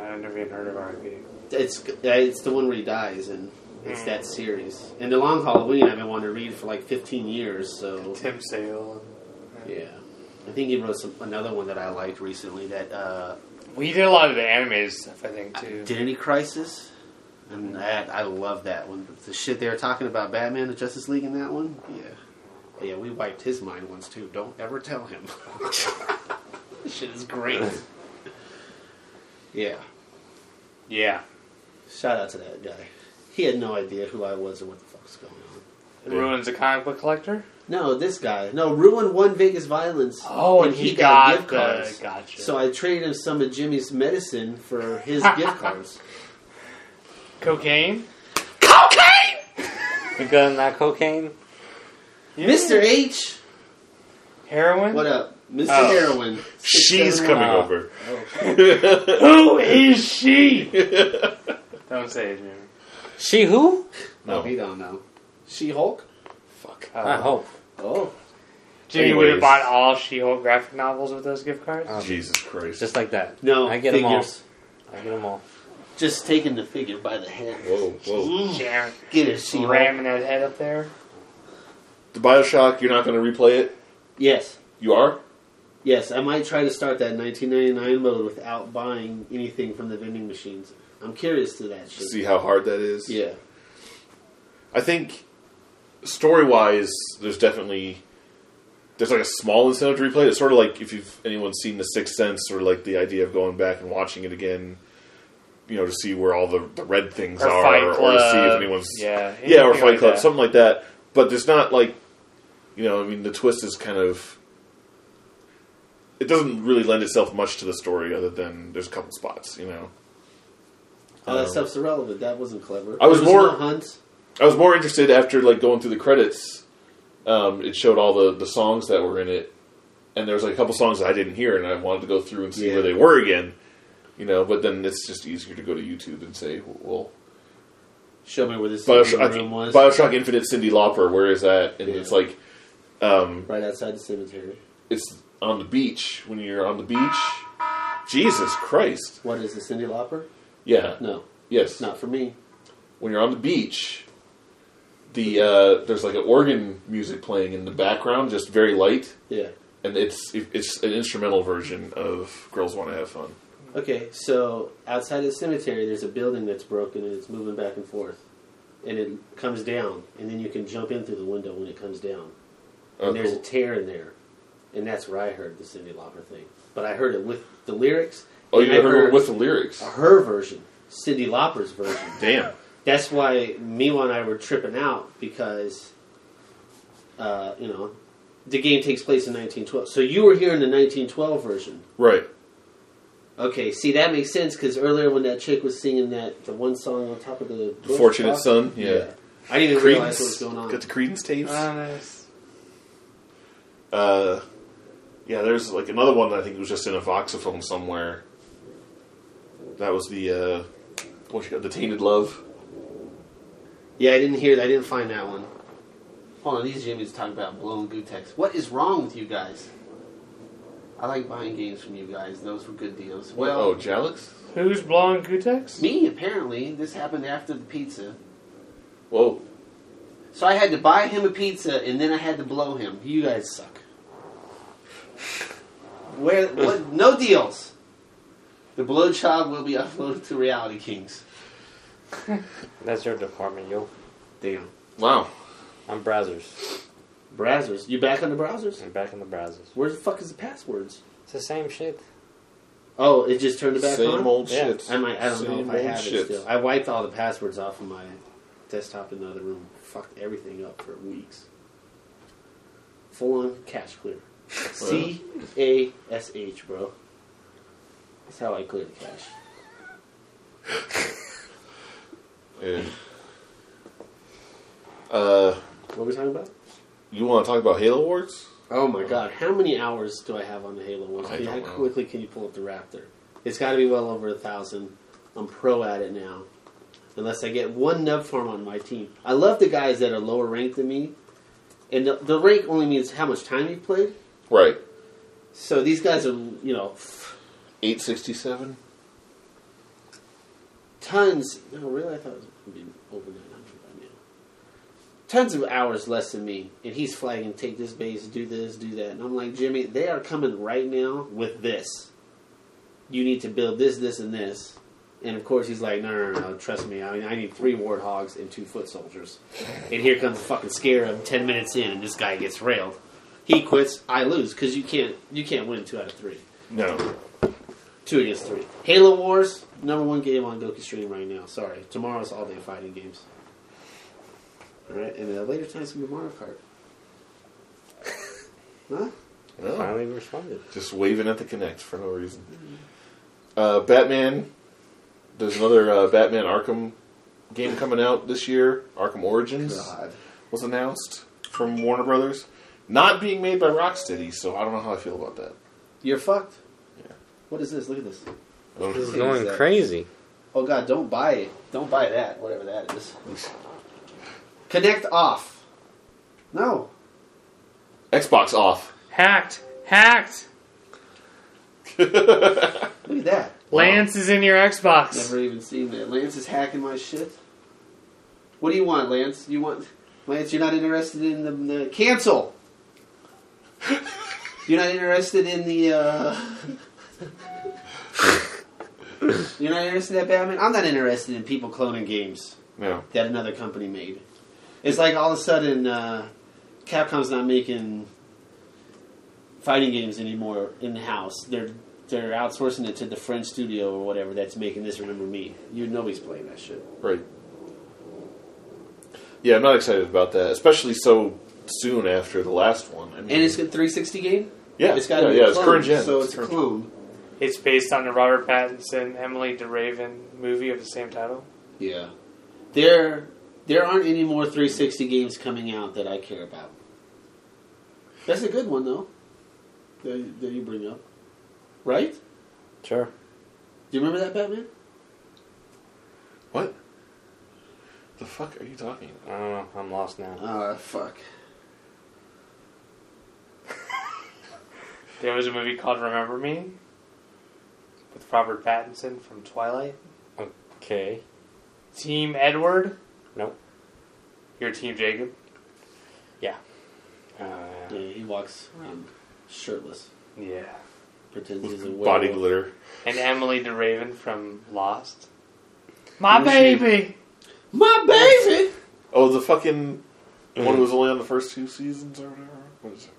Speaker 3: I've never even heard of RIP.
Speaker 4: It's uh, it's the one where he dies, and it's that series. And The Long Halloween I've been wanting to read for like 15 years, so
Speaker 3: Tim Sale.
Speaker 4: yeah. I think he wrote some, another one that I liked recently that uh,
Speaker 3: We did a lot of the anime stuff, I think, too.
Speaker 4: Identity Crisis. And that, I love that one. But the shit they were talking about Batman, the Justice League in that one, yeah. Yeah, we wiped his mind once too. Don't ever tell him. shit is great. yeah.
Speaker 3: Yeah.
Speaker 4: Shout out to that guy. He had no idea who I was or what the fuck's going on.
Speaker 1: Yeah.
Speaker 3: Ruins a comic book collector.
Speaker 4: No, this guy. No, Ruin won Vegas Violence.
Speaker 3: Oh, the- Gotcha.
Speaker 4: So I traded him some of Jimmy's medicine for his gift cards.
Speaker 3: cocaine.
Speaker 2: You got that cocaine?
Speaker 4: Mr. H!
Speaker 3: Heroin.
Speaker 4: What up? Mr.
Speaker 3: Oh.
Speaker 4: Heroin.
Speaker 1: She's coming
Speaker 2: Wow.
Speaker 1: over.
Speaker 3: Who is she? Don't say it, Jimmy.
Speaker 2: She who?
Speaker 4: No, he
Speaker 1: no.
Speaker 4: don't know. She Hulk?
Speaker 1: Fuck.
Speaker 2: I hope.
Speaker 4: Oh.
Speaker 3: Jimmy would have
Speaker 1: Anyways.
Speaker 3: bought all She-Hulk graphic novels with those gift cards.
Speaker 2: Um,
Speaker 1: Jesus Christ.
Speaker 2: Just like that.
Speaker 4: No,
Speaker 2: I get
Speaker 4: figures.
Speaker 2: them all. I get them all.
Speaker 4: Just taking the figure by the hand.
Speaker 1: Whoa, whoa.
Speaker 3: Jam-
Speaker 1: Uh-huh.
Speaker 4: Get it, She Hulk.
Speaker 3: ramming that head up there.
Speaker 1: The Bioshock, you're not gonna replay it?
Speaker 4: Yes.
Speaker 1: You are?
Speaker 4: Yes, I might try to start that 1999 mode without buying anything from the vending machines. I'm curious to that shit.
Speaker 1: See how hard that is?
Speaker 4: Yeah.
Speaker 1: I think story wise, there's definitely there's like a small incentive to replay. it. It's sort of like if you've anyone's seen The Sixth Sense, or like the idea of going back and watching it again, you know, to see where all the, the red things
Speaker 3: Or
Speaker 1: are,
Speaker 3: Fight
Speaker 1: or,
Speaker 3: Club.
Speaker 1: see if anyone's
Speaker 3: Yeah.
Speaker 1: yeah, or
Speaker 3: anything
Speaker 1: Fight
Speaker 3: like
Speaker 1: Club,
Speaker 3: that.
Speaker 1: something like that. But there's not like, you know, I mean, the twist is kind of. It doesn't really lend itself much to the story, other than there's a couple spots. You know,
Speaker 4: All Oh, that
Speaker 1: Um,
Speaker 4: stuff's irrelevant. That wasn't clever.
Speaker 1: I was
Speaker 4: There
Speaker 1: more-
Speaker 4: no hunt.
Speaker 1: I was more interested after like going through the credits. Um, it showed all the the songs that were in it, and there was like a couple songs that I didn't hear, and I wanted to go through and see
Speaker 4: Yeah.
Speaker 1: where they were again. You know, but then it's just easier to go to YouTube and say, "Well,
Speaker 4: Show me where this
Speaker 1: Bioshock,
Speaker 4: room was.
Speaker 1: Bioshock Infinite, Cindy Lauper, where is that?" And
Speaker 4: Yeah.
Speaker 1: it's like, um,
Speaker 4: right outside the cemetery.
Speaker 1: it's on the beach when you're on the beach. Jesus Christ!
Speaker 4: What is it, Cindy Lauper?
Speaker 1: Yeah.
Speaker 4: No,
Speaker 1: Yes.
Speaker 4: not for me.
Speaker 1: When you're on the beach, the uh, there's like an organ music playing in the background, just very light,
Speaker 4: Yeah.
Speaker 1: and it's it's an instrumental version of "Girls Want to Have Fun."
Speaker 4: Okay, so outside the cemetery, there's a building that's broken and it's moving back and forth, and it comes down, and then you can jump in through the window when it comes down.
Speaker 1: Oh,
Speaker 4: and there's
Speaker 1: cool.
Speaker 4: a tear in there, and that's where I heard the Cindy Lauper thing. But I heard it with the lyrics.
Speaker 1: oh, you
Speaker 4: and I
Speaker 1: never heard with the lyrics?
Speaker 4: her version, Cindy Lauper's version.
Speaker 1: Damn.
Speaker 4: that's why Miwa and I were tripping out because, uh, you know, the game takes place in 1912. So you were hearing the 1912 version.
Speaker 1: Right.
Speaker 4: Okay, see that makes sense because earlier when that chick was singing that the one song on top of the
Speaker 1: The Fortunate Son. Yeah.
Speaker 4: I didn't even realize what was
Speaker 1: Credence.
Speaker 4: going on.
Speaker 1: Got the Credence tapes.
Speaker 3: Ah, nice.
Speaker 1: Uh, yeah, there's like another one that I think was just in a voxophone somewhere. That was the uh, what you got, the Tainted Love.
Speaker 4: Yeah, I didn't hear. that. I didn't find that one. Hold on, these Jimmy's talking about blown Gutex. What is wrong with you guys? I like buying games from you guys. Those were good deals. Well,
Speaker 1: oh, Jalix.
Speaker 3: Who's blowing Gutex?
Speaker 4: me apparently. This happened after the pizza.
Speaker 1: Whoa.
Speaker 4: So I had to buy him a pizza and then I had to blow him. You guys suck. Where what, no deals. The blow child will be uploaded to Reality Kings.
Speaker 2: That's your department, yo.
Speaker 4: Damn.
Speaker 1: Wow.
Speaker 2: I'm browsers.
Speaker 4: Browsers. You back on the browsers?
Speaker 2: I'm back in the browsers.
Speaker 4: Where the fuck is the passwords?
Speaker 2: It's the same shit.
Speaker 4: Oh, it just turned it back
Speaker 1: Same
Speaker 4: on?
Speaker 1: old
Speaker 2: Yeah.
Speaker 1: shit.
Speaker 4: I might. I don't
Speaker 1: Same
Speaker 4: know if I
Speaker 1: old
Speaker 4: have
Speaker 1: shit.
Speaker 4: it still. I wiped all the passwords off of my desktop in the other room. Fucked everything up for weeks. Full on cash clear. C A S H, bro. That's how I clear the cash.
Speaker 1: Yeah. Uh,
Speaker 4: What were we talking about?
Speaker 1: you want to talk about Halo Wars?
Speaker 4: Oh my god, how many hours do I have on the Halo One?
Speaker 1: I
Speaker 4: How
Speaker 1: don't know.
Speaker 4: quickly can you pull up the Raptor? It's got to be well over a thousand. I'm pro at it now, unless I get one nub farm on my team. I love the guys that are lower ranked than me, and the, the rank only means how much time you've played.
Speaker 1: Right.
Speaker 4: So these guys are, you know,
Speaker 1: Eight sixty seven.
Speaker 4: tons. No, really, I thought it was going to be over 900 by now. Tons of hours less than me. And he's flagging, take this base, do this, do that. And I'm like, Jimmy, they are coming right now with this. You need to build this, this, and this. And of course, he's like, no, no, no, no trust me. I mean, I need three warthogs and two foot soldiers. And here comes the fucking scarab. Ten minutes in, and this guy gets railed. He quits. I lose because you can't. You can't win two out of three
Speaker 1: No.
Speaker 4: two against three. Halo Wars, number one game on Goki Stream right now. Sorry, tomorrow's all day fighting games. All right, and then later time's gonna be Mario Kart. huh?
Speaker 1: No.
Speaker 2: Finally responded.
Speaker 1: Just waving at the Connect for no reason. Uh, Batman. There's another uh, Batman Arkham game coming out this year. Arkham Origins was announced from Warner Brothers, not being made by Rocksteady. So I don't know how I feel about that.
Speaker 4: You're fucked.
Speaker 1: Yeah.
Speaker 4: What is this? Look at this.
Speaker 1: I don't-
Speaker 2: This is
Speaker 4: Who's
Speaker 2: going
Speaker 4: that?
Speaker 2: crazy.
Speaker 4: Oh God! Don't buy it. Don't buy that. Whatever that is. Connect off. No.
Speaker 1: Xbox off.
Speaker 3: Hacked. Hacked.
Speaker 4: Look at that.
Speaker 3: Lance is in your Xbox.
Speaker 4: Never even seen that. Lance is hacking my shit. What do you want, Lance? You want Lance? You're not interested in the, the cancel. you're not interested in the. Uh, you're not interested in that Batman. I'm not interested in people cloning games
Speaker 1: No.
Speaker 4: that another company made. It's like all of a sudden, uh, Capcom's not making fighting games anymore in house. They're they're outsourcing it to the French studio or whatever that's making this. Remember me? You nobody's playing that shit.
Speaker 1: Right. Yeah, I'm not excited about that, especially so soon after the last one. I mean,
Speaker 4: And it's a 360 game.
Speaker 1: yeah,
Speaker 4: it's
Speaker 1: yeah,
Speaker 4: got to be
Speaker 1: yeah,
Speaker 4: a
Speaker 1: it's
Speaker 4: clone,
Speaker 1: current gen.
Speaker 4: so it's a
Speaker 1: current-
Speaker 4: clone.
Speaker 3: It's based on the Robert Pattinson, Emily DeRaven movie of the same title.
Speaker 4: Yeah, there there aren't any more 360 games coming out that I care about. That's a good one though. That, that you bring up, right?
Speaker 2: Sure.
Speaker 4: Do you remember that Batman?
Speaker 1: What? The fuck are you talking about?
Speaker 2: I don't know. I'm lost now.
Speaker 4: Ah, fuck.
Speaker 3: There was a movie called Remember Me with Robert Pattinson from Twilight.
Speaker 2: Okay.
Speaker 3: Team Edward.
Speaker 2: Nope.
Speaker 3: Your team Jacob.
Speaker 2: Uh,
Speaker 4: Yeah, he walks around shirtless,
Speaker 3: Yeah.
Speaker 4: pretends he's a
Speaker 1: Body
Speaker 4: werewolf.
Speaker 1: glitter.
Speaker 3: And Emily DeRaven from Lost. My
Speaker 4: Who is she?
Speaker 3: baby.
Speaker 4: My baby.
Speaker 1: Oh, the fucking one who was only on the first two seasons or whatever. What is it?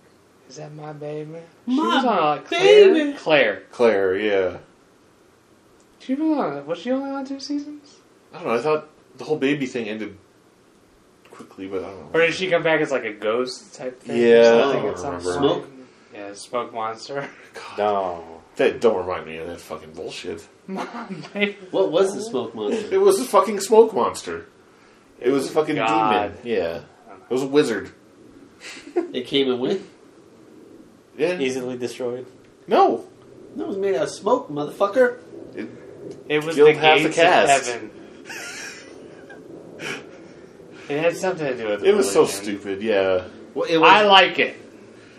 Speaker 3: Is that my baby? she
Speaker 4: My
Speaker 3: was on uh, Claire.
Speaker 4: baby.
Speaker 3: Claire.
Speaker 1: Claire, yeah.
Speaker 3: She was on. Was she only on two seasons?
Speaker 1: I don't know. I thought the whole baby thing ended quickly, but I don't know.
Speaker 3: Or did she come back as like a ghost type thing? or
Speaker 1: Yeah, I
Speaker 3: something
Speaker 1: don't
Speaker 3: at some
Speaker 1: remember.
Speaker 3: point? Yeah, smoke monster.
Speaker 2: no.
Speaker 1: That don't remind me of that fucking bullshit.
Speaker 3: Mom, baby.
Speaker 4: What was the smoke monster?
Speaker 1: It was a fucking smoke monster. It was a fucking
Speaker 3: God.
Speaker 1: demon. Yeah. It was a wizard.
Speaker 4: It came and went.
Speaker 1: Yeah.
Speaker 2: Easily destroyed.
Speaker 1: No.
Speaker 4: No, it was made out of smoke, motherfucker.
Speaker 3: It was
Speaker 1: Killed
Speaker 3: the
Speaker 1: half the
Speaker 3: gates
Speaker 1: cast.
Speaker 3: of heaven. it had something to do with
Speaker 1: It was so
Speaker 3: religion.
Speaker 1: stupid, yeah.
Speaker 4: Well, it was.
Speaker 3: I like it.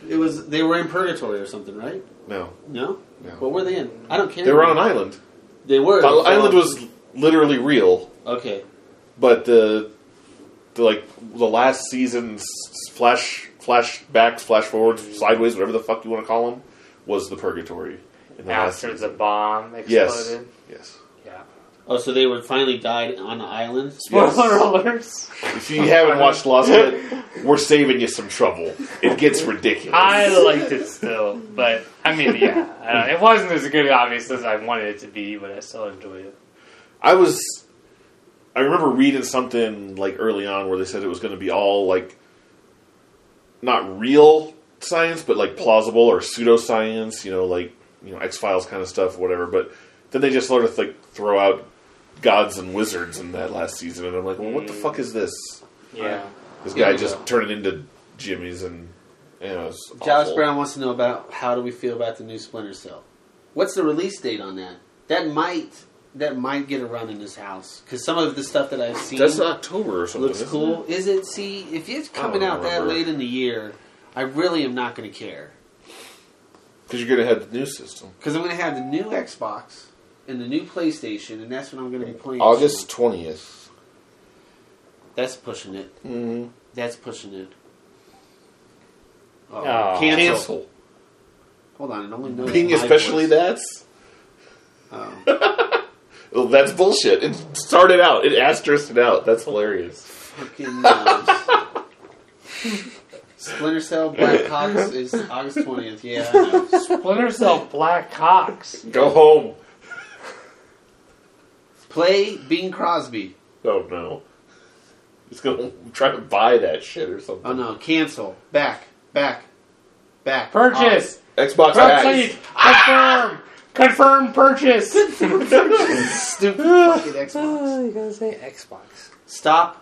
Speaker 4: it was. They were in purgatory or something, right?
Speaker 1: No.
Speaker 4: No.
Speaker 1: No.
Speaker 4: What were they in? I don't care.
Speaker 1: They were on an island.
Speaker 4: They were.
Speaker 1: The island was literally real,
Speaker 4: okay.
Speaker 1: but the, the like the last season's flash flashbacks, flash forwards, sideways, whatever the fuck you want to call them, was the purgatory. In the last
Speaker 3: After the
Speaker 1: season.
Speaker 3: bomb
Speaker 1: yes,
Speaker 3: exploded.
Speaker 1: yes,
Speaker 3: Yeah.
Speaker 4: Oh, so they were finally died on the island.
Speaker 1: Yes.
Speaker 3: Spoiler alerts.
Speaker 1: If you haven't watched Lost yet, we're saving you some trouble. It gets ridiculous.
Speaker 3: I liked it still, but I mean, yeah, I don't- it wasn't as good, obviously, as I wanted it to be, but I still enjoyed it.
Speaker 1: I was. I remember reading something like early on where they said it was going to be all like not real science, but like plausible or pseudoscience. You know, like you know X Files kind of stuff, whatever. But then they just sort of like throw out gods and wizards in that last season, and I'm like, well, what the fuck is this?
Speaker 2: Uh.
Speaker 3: Yeah,
Speaker 1: This
Speaker 4: Mm. Yeah,
Speaker 1: guy
Speaker 4: yeah.
Speaker 1: just turning into Jimmy's and. You know, it's
Speaker 4: Dallas
Speaker 1: awful.
Speaker 4: Brown wants to know about how do we feel about the new Splinter Cell? What's the release date on that? That might that might get a run in this house because some of the stuff that I've seen
Speaker 1: That's October or something.
Speaker 4: looks
Speaker 1: isn't
Speaker 4: cool.
Speaker 1: it?
Speaker 4: Is it? See, if it's coming
Speaker 1: don't
Speaker 4: out that
Speaker 1: remember.
Speaker 4: late in the year, I really am not going to care
Speaker 1: Because you're going to have the new system.
Speaker 4: because I'm going to have the new Xbox and the new PlayStation, and that's what I'm going to be playing.
Speaker 1: August 20th.
Speaker 4: That's pushing it.
Speaker 1: Mm-hmm.
Speaker 4: That's pushing it. Oh,
Speaker 2: Aw.
Speaker 4: cancel.
Speaker 1: Cancel.
Speaker 4: Hold on, it only knows
Speaker 1: Being
Speaker 4: my
Speaker 1: especially
Speaker 4: voice.
Speaker 1: that's.
Speaker 4: Oh.
Speaker 1: Well, that's bullshit. It started out. It asterisked it out. That's hilarious.
Speaker 4: Fucking knows. Splinter Cell Black Ops is August twentieth. Yeah, I know.
Speaker 3: Splinter Cell Black Cox.
Speaker 1: Go home.
Speaker 4: play Bing Crosby.
Speaker 1: Oh no. He's gonna try to buy that shit or something.
Speaker 4: Oh no, cancel. Back, back, back.
Speaker 3: Purchase. Oh.
Speaker 1: Xbox
Speaker 3: Proceed.
Speaker 1: X.
Speaker 3: Confirm. Confirm purchase.
Speaker 4: Off. Stupid fucking Xbox.
Speaker 2: Oh, you gotta say Xbox.
Speaker 4: Stop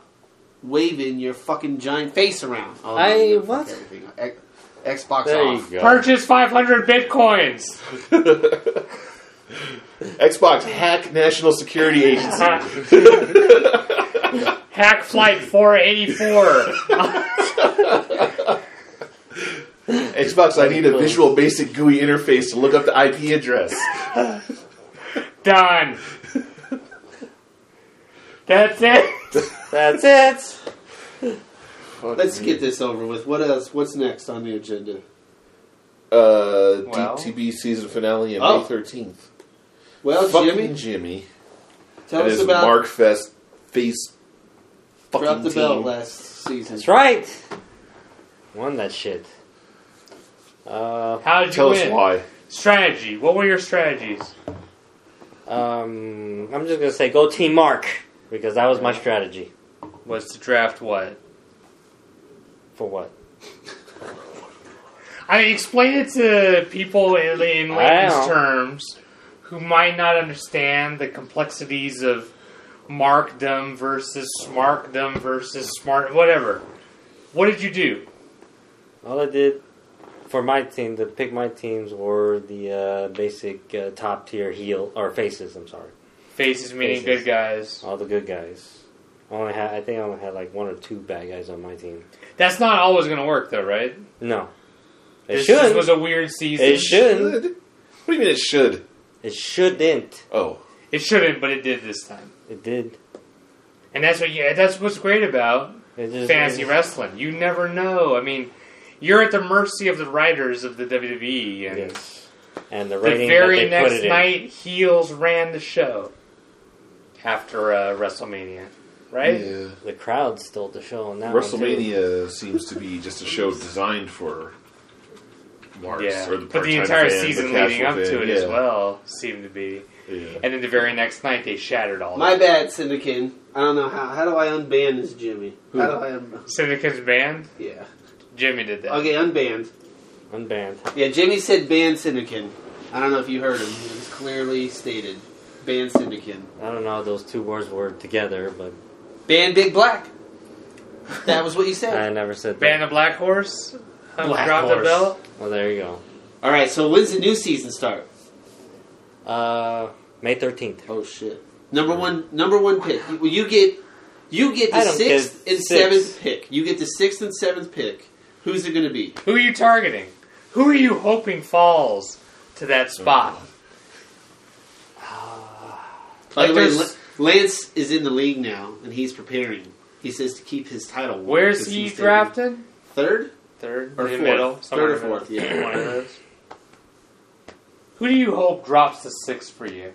Speaker 4: waving your fucking giant face around. Oh, no,
Speaker 2: I-
Speaker 4: you're gonna fuck
Speaker 2: what?
Speaker 4: everything up. X- Xbox
Speaker 2: There you
Speaker 4: off.
Speaker 2: go.
Speaker 3: Purchase 500 bitcoins.
Speaker 1: Xbox hack National Security Agency.
Speaker 3: Hack Flight 484.
Speaker 1: Xbox, I need a Visual Basic GUI interface to look up the IP address.
Speaker 3: Done. That's it.
Speaker 2: That's it.
Speaker 4: Let's get this over with. What else? What's next on the agenda?
Speaker 1: Uh,
Speaker 3: Well.
Speaker 1: DTB season finale on
Speaker 4: Oh.
Speaker 1: May thirteenth.
Speaker 4: Well,
Speaker 1: Fucking
Speaker 4: Jimmy,
Speaker 1: Jimmy.
Speaker 4: tell
Speaker 1: that
Speaker 4: us
Speaker 1: is
Speaker 4: about
Speaker 1: Mark Fest face. Fucking
Speaker 4: drop the bell
Speaker 1: team.
Speaker 4: last season.
Speaker 2: That's right. Won that shit. Uh,
Speaker 3: How did you
Speaker 1: Tell us
Speaker 3: win?
Speaker 1: why.
Speaker 3: Strategy. What were your strategies?
Speaker 2: um, I'm just gonna say go Team Mark because that was my strategy.
Speaker 3: Was to draft what?
Speaker 2: For what?
Speaker 3: I mean, explain it to people in, in layman's
Speaker 2: Wow.
Speaker 3: terms who might not understand the complexities of markdom versus smartdom versus smart, whatever. What did you do?
Speaker 2: All I did for my team to pick my teams were the uh, basic uh, top tier heel or faces. I'm sorry,
Speaker 3: Faces meaning
Speaker 2: Faces.
Speaker 3: good guys.
Speaker 2: all the good guys. I only had I think I only had like one or two bad guys on my team.
Speaker 3: That's not always going to work, though, right?
Speaker 2: No, it
Speaker 3: this
Speaker 2: should.
Speaker 3: was a weird season.
Speaker 2: It should.
Speaker 1: Should. What do you mean it should?
Speaker 2: It shouldn't.
Speaker 1: Oh.
Speaker 3: It shouldn't, but it did this time.
Speaker 2: It did.
Speaker 3: And that's what yeah, that's what's great about
Speaker 2: It just,
Speaker 3: fantasy
Speaker 2: it-
Speaker 3: wrestling. You never know. I mean, you're at the mercy of the writers of the WWE, and
Speaker 2: Yes. And the
Speaker 3: the
Speaker 2: rating
Speaker 3: very
Speaker 2: that they put
Speaker 3: next
Speaker 2: it in.
Speaker 3: night, heels ran the show after uh, WrestleMania, right?
Speaker 1: Yeah.
Speaker 2: The crowd stole the show on that one, too.
Speaker 1: WrestleMania seems to be just a show designed for Marks
Speaker 3: Yeah.
Speaker 1: or the
Speaker 3: but the
Speaker 1: part-time
Speaker 3: entire
Speaker 1: fan, the
Speaker 3: season
Speaker 1: casual
Speaker 3: leading up
Speaker 1: fan,
Speaker 3: to it
Speaker 1: yeah.
Speaker 3: as well seemed to be.
Speaker 1: Yeah.
Speaker 3: And then the very next night, they shattered all
Speaker 4: My
Speaker 3: that.
Speaker 4: bad, Syndikin. I don't know how. How do I unban this Jimmy? How do I un-
Speaker 3: Syndicate's banned.
Speaker 4: Yeah.
Speaker 3: Jimmy did that.
Speaker 4: Okay, unbanned.
Speaker 2: Unbanned.
Speaker 4: Yeah, Jimmy said ban Syndikin. I don't know if you heard him. It was clearly stated. Ban Syndikin.
Speaker 2: I don't know how those two words were together, but
Speaker 4: Ban Big Black. That was what you said.
Speaker 2: I never said
Speaker 3: Ban
Speaker 2: that.
Speaker 3: the black horse. Um,
Speaker 4: Black
Speaker 3: drop the
Speaker 4: horse.
Speaker 3: belt.
Speaker 2: Well, there you go.
Speaker 4: All right. So when's the new season start?
Speaker 2: Uh, May 13th.
Speaker 4: Oh shit. Number one. Number one pick. You, you get. You get the
Speaker 2: I don't
Speaker 4: sixth
Speaker 2: get
Speaker 4: and
Speaker 2: six.
Speaker 4: seventh pick. You get the sixth and seventh pick. Who's it going to be?
Speaker 3: Who are you targeting? Who are you hoping falls to that
Speaker 1: Oh,
Speaker 3: spot?
Speaker 4: By the
Speaker 3: Like
Speaker 4: way,
Speaker 3: there's-
Speaker 4: La- Lance is in the league now, and he's preparing. He says to keep his title. warm
Speaker 3: Where's
Speaker 4: because
Speaker 3: he
Speaker 4: he's
Speaker 3: drafted?
Speaker 4: Third.
Speaker 3: Third
Speaker 4: Or
Speaker 3: in the
Speaker 4: fourth.
Speaker 3: middle,
Speaker 4: Third
Speaker 3: somewhere
Speaker 4: or
Speaker 3: in the middle.
Speaker 4: fourth, yeah.
Speaker 3: One of those. Who do you hope drops the six for you?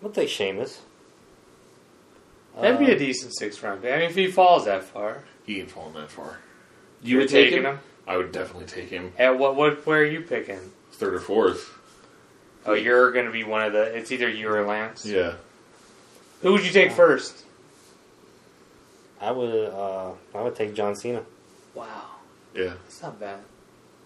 Speaker 2: We'll take Sheamus.
Speaker 3: That'd be
Speaker 4: Um,
Speaker 2: Uh,
Speaker 3: a decent six round pick. I mean, if he falls that far,
Speaker 1: He ain't falling that far.
Speaker 4: You
Speaker 3: You're
Speaker 4: would take him?
Speaker 1: I would definitely take him
Speaker 3: At what? What? Where are you picking?
Speaker 1: third or fourth.
Speaker 3: Oh, you're gonna be one of the. It's either you or Lance.
Speaker 1: Yeah.
Speaker 3: Who would you take first?
Speaker 2: I would. Uh, I would take John Cena.
Speaker 3: Wow,
Speaker 1: Yeah.
Speaker 3: that's not bad.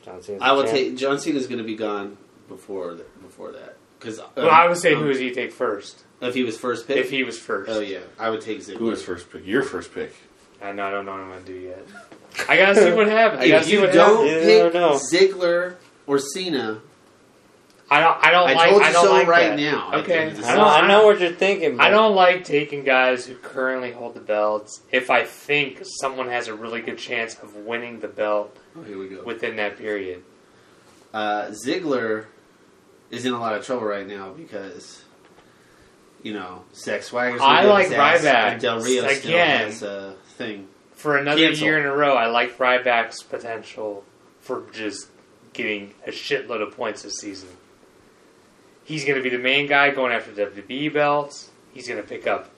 Speaker 2: John Cena.
Speaker 4: I would take John Cena's going to be gone before th- before that because
Speaker 3: well, I would
Speaker 4: Um,
Speaker 3: say who would you take first
Speaker 4: if he was first pick.
Speaker 3: if he was first.
Speaker 4: oh yeah, I would take
Speaker 1: Who
Speaker 4: Ziggler.
Speaker 1: is first pick? Your first pick.
Speaker 3: I know. I don't know what I'm gonna do yet. I gotta see what happens. I gotta
Speaker 4: If
Speaker 3: see
Speaker 4: you
Speaker 3: what
Speaker 4: don't
Speaker 3: happens.
Speaker 2: Yeah,
Speaker 4: pick
Speaker 2: I know.
Speaker 4: Ziggler or Cena,
Speaker 3: I don't. I don't
Speaker 4: I
Speaker 3: like.
Speaker 4: told you
Speaker 3: I don't
Speaker 4: so
Speaker 3: like
Speaker 4: right
Speaker 3: that.
Speaker 4: now. I
Speaker 3: Okay.
Speaker 4: told you
Speaker 2: I, know, I know what you're thinking. But
Speaker 3: I don't like taking guys who currently hold the belts if I think someone has a really good chance of winning the belt
Speaker 4: oh, here we go.
Speaker 3: within that period.
Speaker 4: Uh, Ziggler is in a lot of trouble right now because you know Sex Swagger's gonna
Speaker 3: I
Speaker 4: get
Speaker 3: like
Speaker 4: his ass,
Speaker 3: Ryback.
Speaker 4: and Del Rio still
Speaker 3: Again.
Speaker 4: has a thing.
Speaker 3: For another
Speaker 4: Cancel.
Speaker 3: year in a row, I like Ryback's potential for just getting a shitload of points this season. He's going to be the main guy going after WWE belts. He's going to pick up.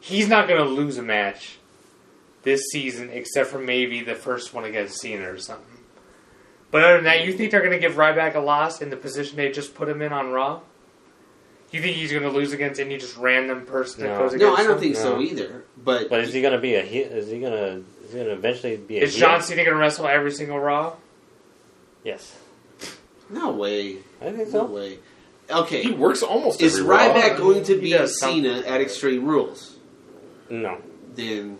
Speaker 3: He's not going to lose a match this season, except for maybe the first one against Cena or something. But other than that, you think they're going to give Ryback a loss in the position they just put him in on Raw? You think he's going to lose against any just random person that
Speaker 2: No.
Speaker 3: goes against
Speaker 4: No, I
Speaker 3: him?
Speaker 4: don't think so
Speaker 2: No.
Speaker 4: either. But,
Speaker 2: But is he gonna be a? He, is he gonna? Is he gonna eventually be a?
Speaker 3: Is
Speaker 2: heel?
Speaker 3: John Cena going to wrestle every single Raw?
Speaker 2: Yes.
Speaker 4: no way,
Speaker 2: I think
Speaker 4: no
Speaker 2: so.
Speaker 4: way. Okay,
Speaker 1: He works almost.
Speaker 4: Is
Speaker 1: every Raw.
Speaker 4: Ryback going to
Speaker 3: He
Speaker 4: be
Speaker 3: does something.
Speaker 4: Cena at Extreme Rules?
Speaker 2: No.
Speaker 4: Then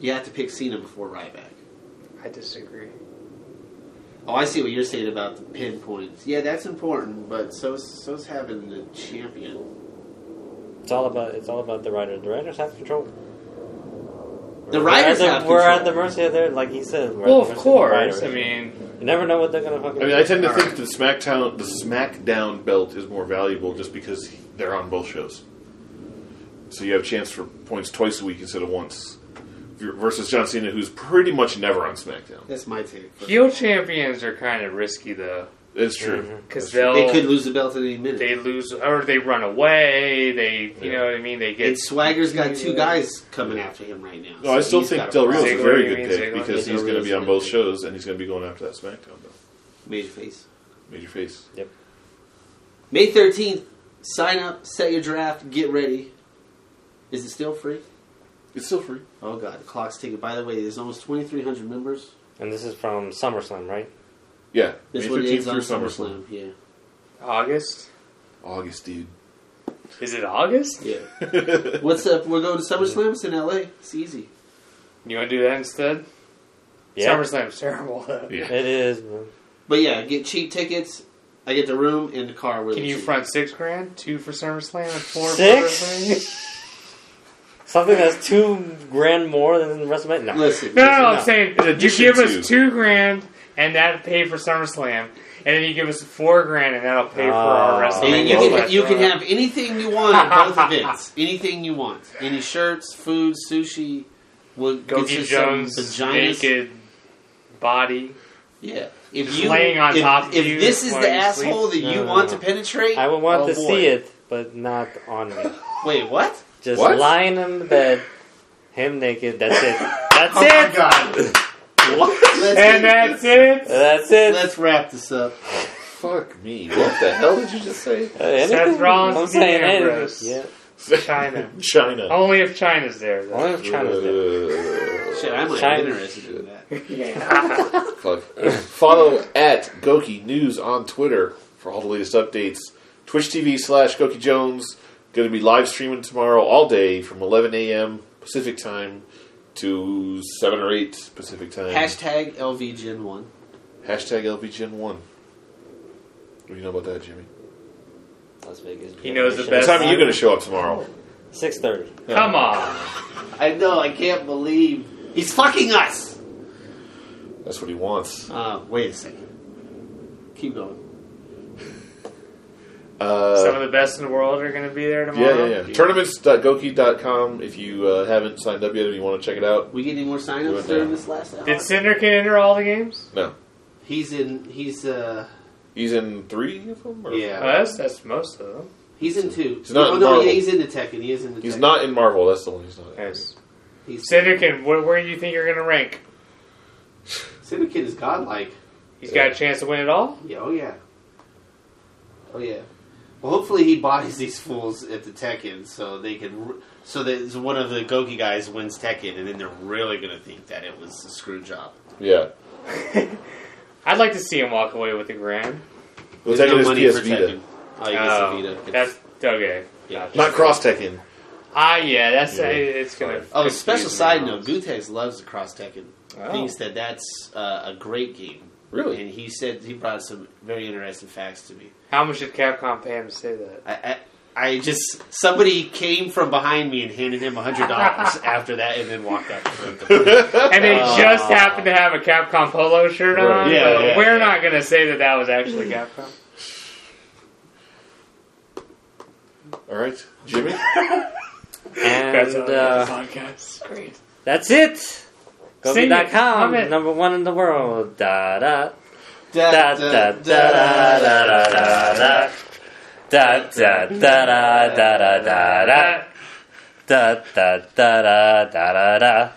Speaker 4: you have to pick Cena before Ryback.
Speaker 3: I disagree.
Speaker 4: Oh, I see what you're saying about the pinpoints. Yeah, that's important, but so so's having the champion.
Speaker 2: It's all about. It's all about the writers. The writers have control.
Speaker 4: The
Speaker 2: We're
Speaker 4: writers
Speaker 2: at the-
Speaker 4: have
Speaker 2: We're
Speaker 4: control.
Speaker 2: at the mercy of their. Like he said. we're at the
Speaker 3: Well, of
Speaker 2: mercy the
Speaker 3: course.
Speaker 2: writers.
Speaker 3: I mean,
Speaker 2: you never know what they're gonna fucking.
Speaker 1: I mean, I tend to
Speaker 4: All
Speaker 1: think
Speaker 4: right.
Speaker 1: the SmackDown the SmackDown belt is more valuable just because they're on both shows. So you have a chance for points twice a week instead of once. Versus John Cena, who's pretty much never on SmackDown.
Speaker 4: That's my take.
Speaker 3: heel champions are kind of risky though,
Speaker 1: It's true. That's
Speaker 3: because they'll
Speaker 4: They could lose the belt at any minute.
Speaker 3: they lose or they run away. They, you
Speaker 1: Yeah.
Speaker 3: know what I mean. They get
Speaker 4: and Swagger's got two guys coming after him right now.
Speaker 1: No, Oh, I
Speaker 4: so
Speaker 1: still
Speaker 4: he's got
Speaker 1: think
Speaker 4: a
Speaker 1: Del Rio is a
Speaker 3: Ziggler,
Speaker 1: very
Speaker 3: you
Speaker 1: good
Speaker 3: mean
Speaker 1: pick
Speaker 3: Ziggler?
Speaker 1: because
Speaker 4: Yeah,
Speaker 1: he's
Speaker 4: Del
Speaker 1: going to
Speaker 4: Rio's
Speaker 1: be
Speaker 4: a
Speaker 1: on
Speaker 4: good
Speaker 1: both
Speaker 4: pick.
Speaker 1: shows and he's going to be going after that SmackDown belt.
Speaker 4: major face.
Speaker 1: Major face.
Speaker 2: Yep.
Speaker 4: May thirteenth, sign up, set your draft, get ready. Is it still free?
Speaker 1: It's still free.
Speaker 4: Oh god, the clock's ticking. By the way, there's almost twenty three hundred members.
Speaker 2: And this is from SummerSlam, right?
Speaker 1: Yeah.
Speaker 4: This
Speaker 1: May
Speaker 4: one
Speaker 1: 13th
Speaker 4: ends on
Speaker 1: through
Speaker 4: SummerSlam. Yeah,
Speaker 3: August.
Speaker 1: August, dude.
Speaker 3: Is it August?
Speaker 4: yeah. What's up? We're going to SummerSlam. It's in LA. It's easy.
Speaker 3: You want to do that instead? SummerSlam's terrible. though.
Speaker 1: yeah.
Speaker 2: It is. man.
Speaker 4: But yeah, get cheap tickets. I get the room and the car. Really
Speaker 3: Can you
Speaker 4: cheap.
Speaker 3: front six grand, two for SummerSlam, and four
Speaker 2: Six?
Speaker 3: for WrestleMania?
Speaker 2: Something that's two grand more than WrestleMania. No.
Speaker 3: No,
Speaker 4: Listen,
Speaker 3: no,
Speaker 4: listen,
Speaker 3: no,
Speaker 4: no.
Speaker 3: I'm saying
Speaker 1: In
Speaker 3: you
Speaker 1: addition
Speaker 3: give
Speaker 1: to-
Speaker 3: us two grand, and that pay for SummerSlam, and then you give us four grand, and that'll pay for our
Speaker 2: Ah.
Speaker 4: And then
Speaker 3: WrestleMania.
Speaker 4: you
Speaker 3: That's
Speaker 4: can you can
Speaker 3: right.
Speaker 4: have anything you want at both events. Anything you want. Any shirts, food, sushi. We'll get
Speaker 3: Goki
Speaker 4: you some
Speaker 3: Jones
Speaker 4: vaginas.
Speaker 3: naked body.
Speaker 4: Yeah. If
Speaker 3: Just
Speaker 4: you
Speaker 3: laying on
Speaker 4: if,
Speaker 3: top of
Speaker 4: if
Speaker 3: you
Speaker 4: this is
Speaker 3: while
Speaker 4: the
Speaker 3: you sleep.
Speaker 4: asshole that
Speaker 2: No,
Speaker 4: you
Speaker 2: no,
Speaker 4: want
Speaker 2: no.
Speaker 4: to penetrate,
Speaker 2: I would want
Speaker 4: oh
Speaker 2: to
Speaker 4: boy.
Speaker 2: see it, but not on me.
Speaker 4: Wait, what?
Speaker 2: Just
Speaker 1: What?
Speaker 2: lying in the bed, him naked. That's it. That's
Speaker 4: Oh
Speaker 2: it.
Speaker 4: my god!
Speaker 1: What?
Speaker 4: Let's,
Speaker 3: And that's it.
Speaker 2: That's it.
Speaker 4: let's wrap this up.
Speaker 1: Fuck me. What the hell did you just say?
Speaker 2: Uh, anything.
Speaker 3: Seth Rollins
Speaker 2: I'm
Speaker 3: and
Speaker 2: saying
Speaker 3: Dean
Speaker 2: anything.
Speaker 3: Ambrose.
Speaker 2: Yeah.
Speaker 3: China.
Speaker 1: China.
Speaker 3: Only if China's there. Though.
Speaker 2: Only if China's there.
Speaker 1: Uh,
Speaker 4: Shit, I might
Speaker 2: China.
Speaker 4: be interested in that.
Speaker 1: Fuck. Follow at Goki News on Twitter for all the latest updates. Twitch TV slash Goki Jones. Going to be live streaming tomorrow all day from 11 a.m. Pacific time to 7 or 8 Pacific time.
Speaker 4: Hashtag LV Gen One.
Speaker 1: Hashtag LVGen1. What do you know about that, Jimmy?
Speaker 2: Las Vegas.
Speaker 3: He knows the
Speaker 1: What
Speaker 3: best.
Speaker 1: time are you going to show up tomorrow?
Speaker 2: Six thirty.
Speaker 3: Come on.
Speaker 4: I know. I can't believe he's fucking us.
Speaker 1: That's what he wants.
Speaker 4: Uh, wait a second. Keep going.
Speaker 1: Uh,
Speaker 3: Some of the best in the world are going to be there
Speaker 1: yeah,
Speaker 3: tomorrow.
Speaker 1: yeah, yeah. Tournaments.goki.com if you uh, haven't signed up yet and you want to check it out.
Speaker 4: We get any more
Speaker 1: Do it
Speaker 4: signups
Speaker 1: now.
Speaker 4: during this last hour?
Speaker 3: Did Cinder get into all the games?
Speaker 1: No.
Speaker 4: he's in. He's uh.
Speaker 1: He's in three of them? Or?
Speaker 4: Yeah.
Speaker 3: Well, that's, that's most of them.
Speaker 4: He's in two.
Speaker 1: He's not
Speaker 4: no,
Speaker 1: in
Speaker 4: no,
Speaker 1: Marvel.
Speaker 4: yeah, he's in the Tekken. He is in the
Speaker 1: He's
Speaker 4: Tekken.
Speaker 1: not in Marvel. That's the one he's not. In.
Speaker 3: Yes.
Speaker 4: He's,
Speaker 3: Syndicate, where, where do you think you're going to rank?
Speaker 4: Syndicate is godlike.
Speaker 3: He's got a chance to win it all?
Speaker 4: Yeah, oh yeah. Oh yeah. Well, hopefully he bodies these fools at the Tekken so they can. r so that so one of the Goki guys wins Tekken, and then they're really gonna think that it was a screw job.
Speaker 1: Yeah,
Speaker 3: I'd like to see him walk away with a grand.
Speaker 1: well,
Speaker 4: There's
Speaker 1: Tekken
Speaker 4: no
Speaker 1: is
Speaker 4: money
Speaker 1: PS
Speaker 4: for
Speaker 1: Vita,
Speaker 4: Tekken. Oh, yeah,
Speaker 3: Oh,
Speaker 4: it's a Vita.
Speaker 3: That's okay.
Speaker 4: Yeah.
Speaker 1: not Cross Tekken.
Speaker 3: Ah, yeah, that's
Speaker 1: Yeah.
Speaker 3: it's gonna.
Speaker 4: Oh,
Speaker 3: confuse
Speaker 4: special
Speaker 3: me
Speaker 4: side
Speaker 3: now.
Speaker 4: note: Gutex loves the cross Tekken.
Speaker 3: Oh.
Speaker 4: Thinks that that's uh, a great game. And he said he brought some very interesting facts to me.
Speaker 3: How much did Capcom pay him to say that?
Speaker 4: I, I, I just somebody came from behind me and handed him a hundred dollars after that, and then walked out.
Speaker 3: And they
Speaker 4: Uh,
Speaker 3: just happened to have a Capcom polo shirt
Speaker 1: Right.
Speaker 3: on.
Speaker 4: Yeah,
Speaker 3: but
Speaker 4: yeah,
Speaker 3: we're
Speaker 4: yeah.
Speaker 3: not gonna say that that was actually Capcom.
Speaker 1: All right, Jimmy.
Speaker 2: And uh,
Speaker 3: podcast. Great.
Speaker 2: that's it.
Speaker 3: Sing it. Hum
Speaker 2: Goki.com,
Speaker 3: it.
Speaker 2: number one in the world. Da da
Speaker 4: Da,
Speaker 2: da da da da da da da. Da da da da da da da da da da da da da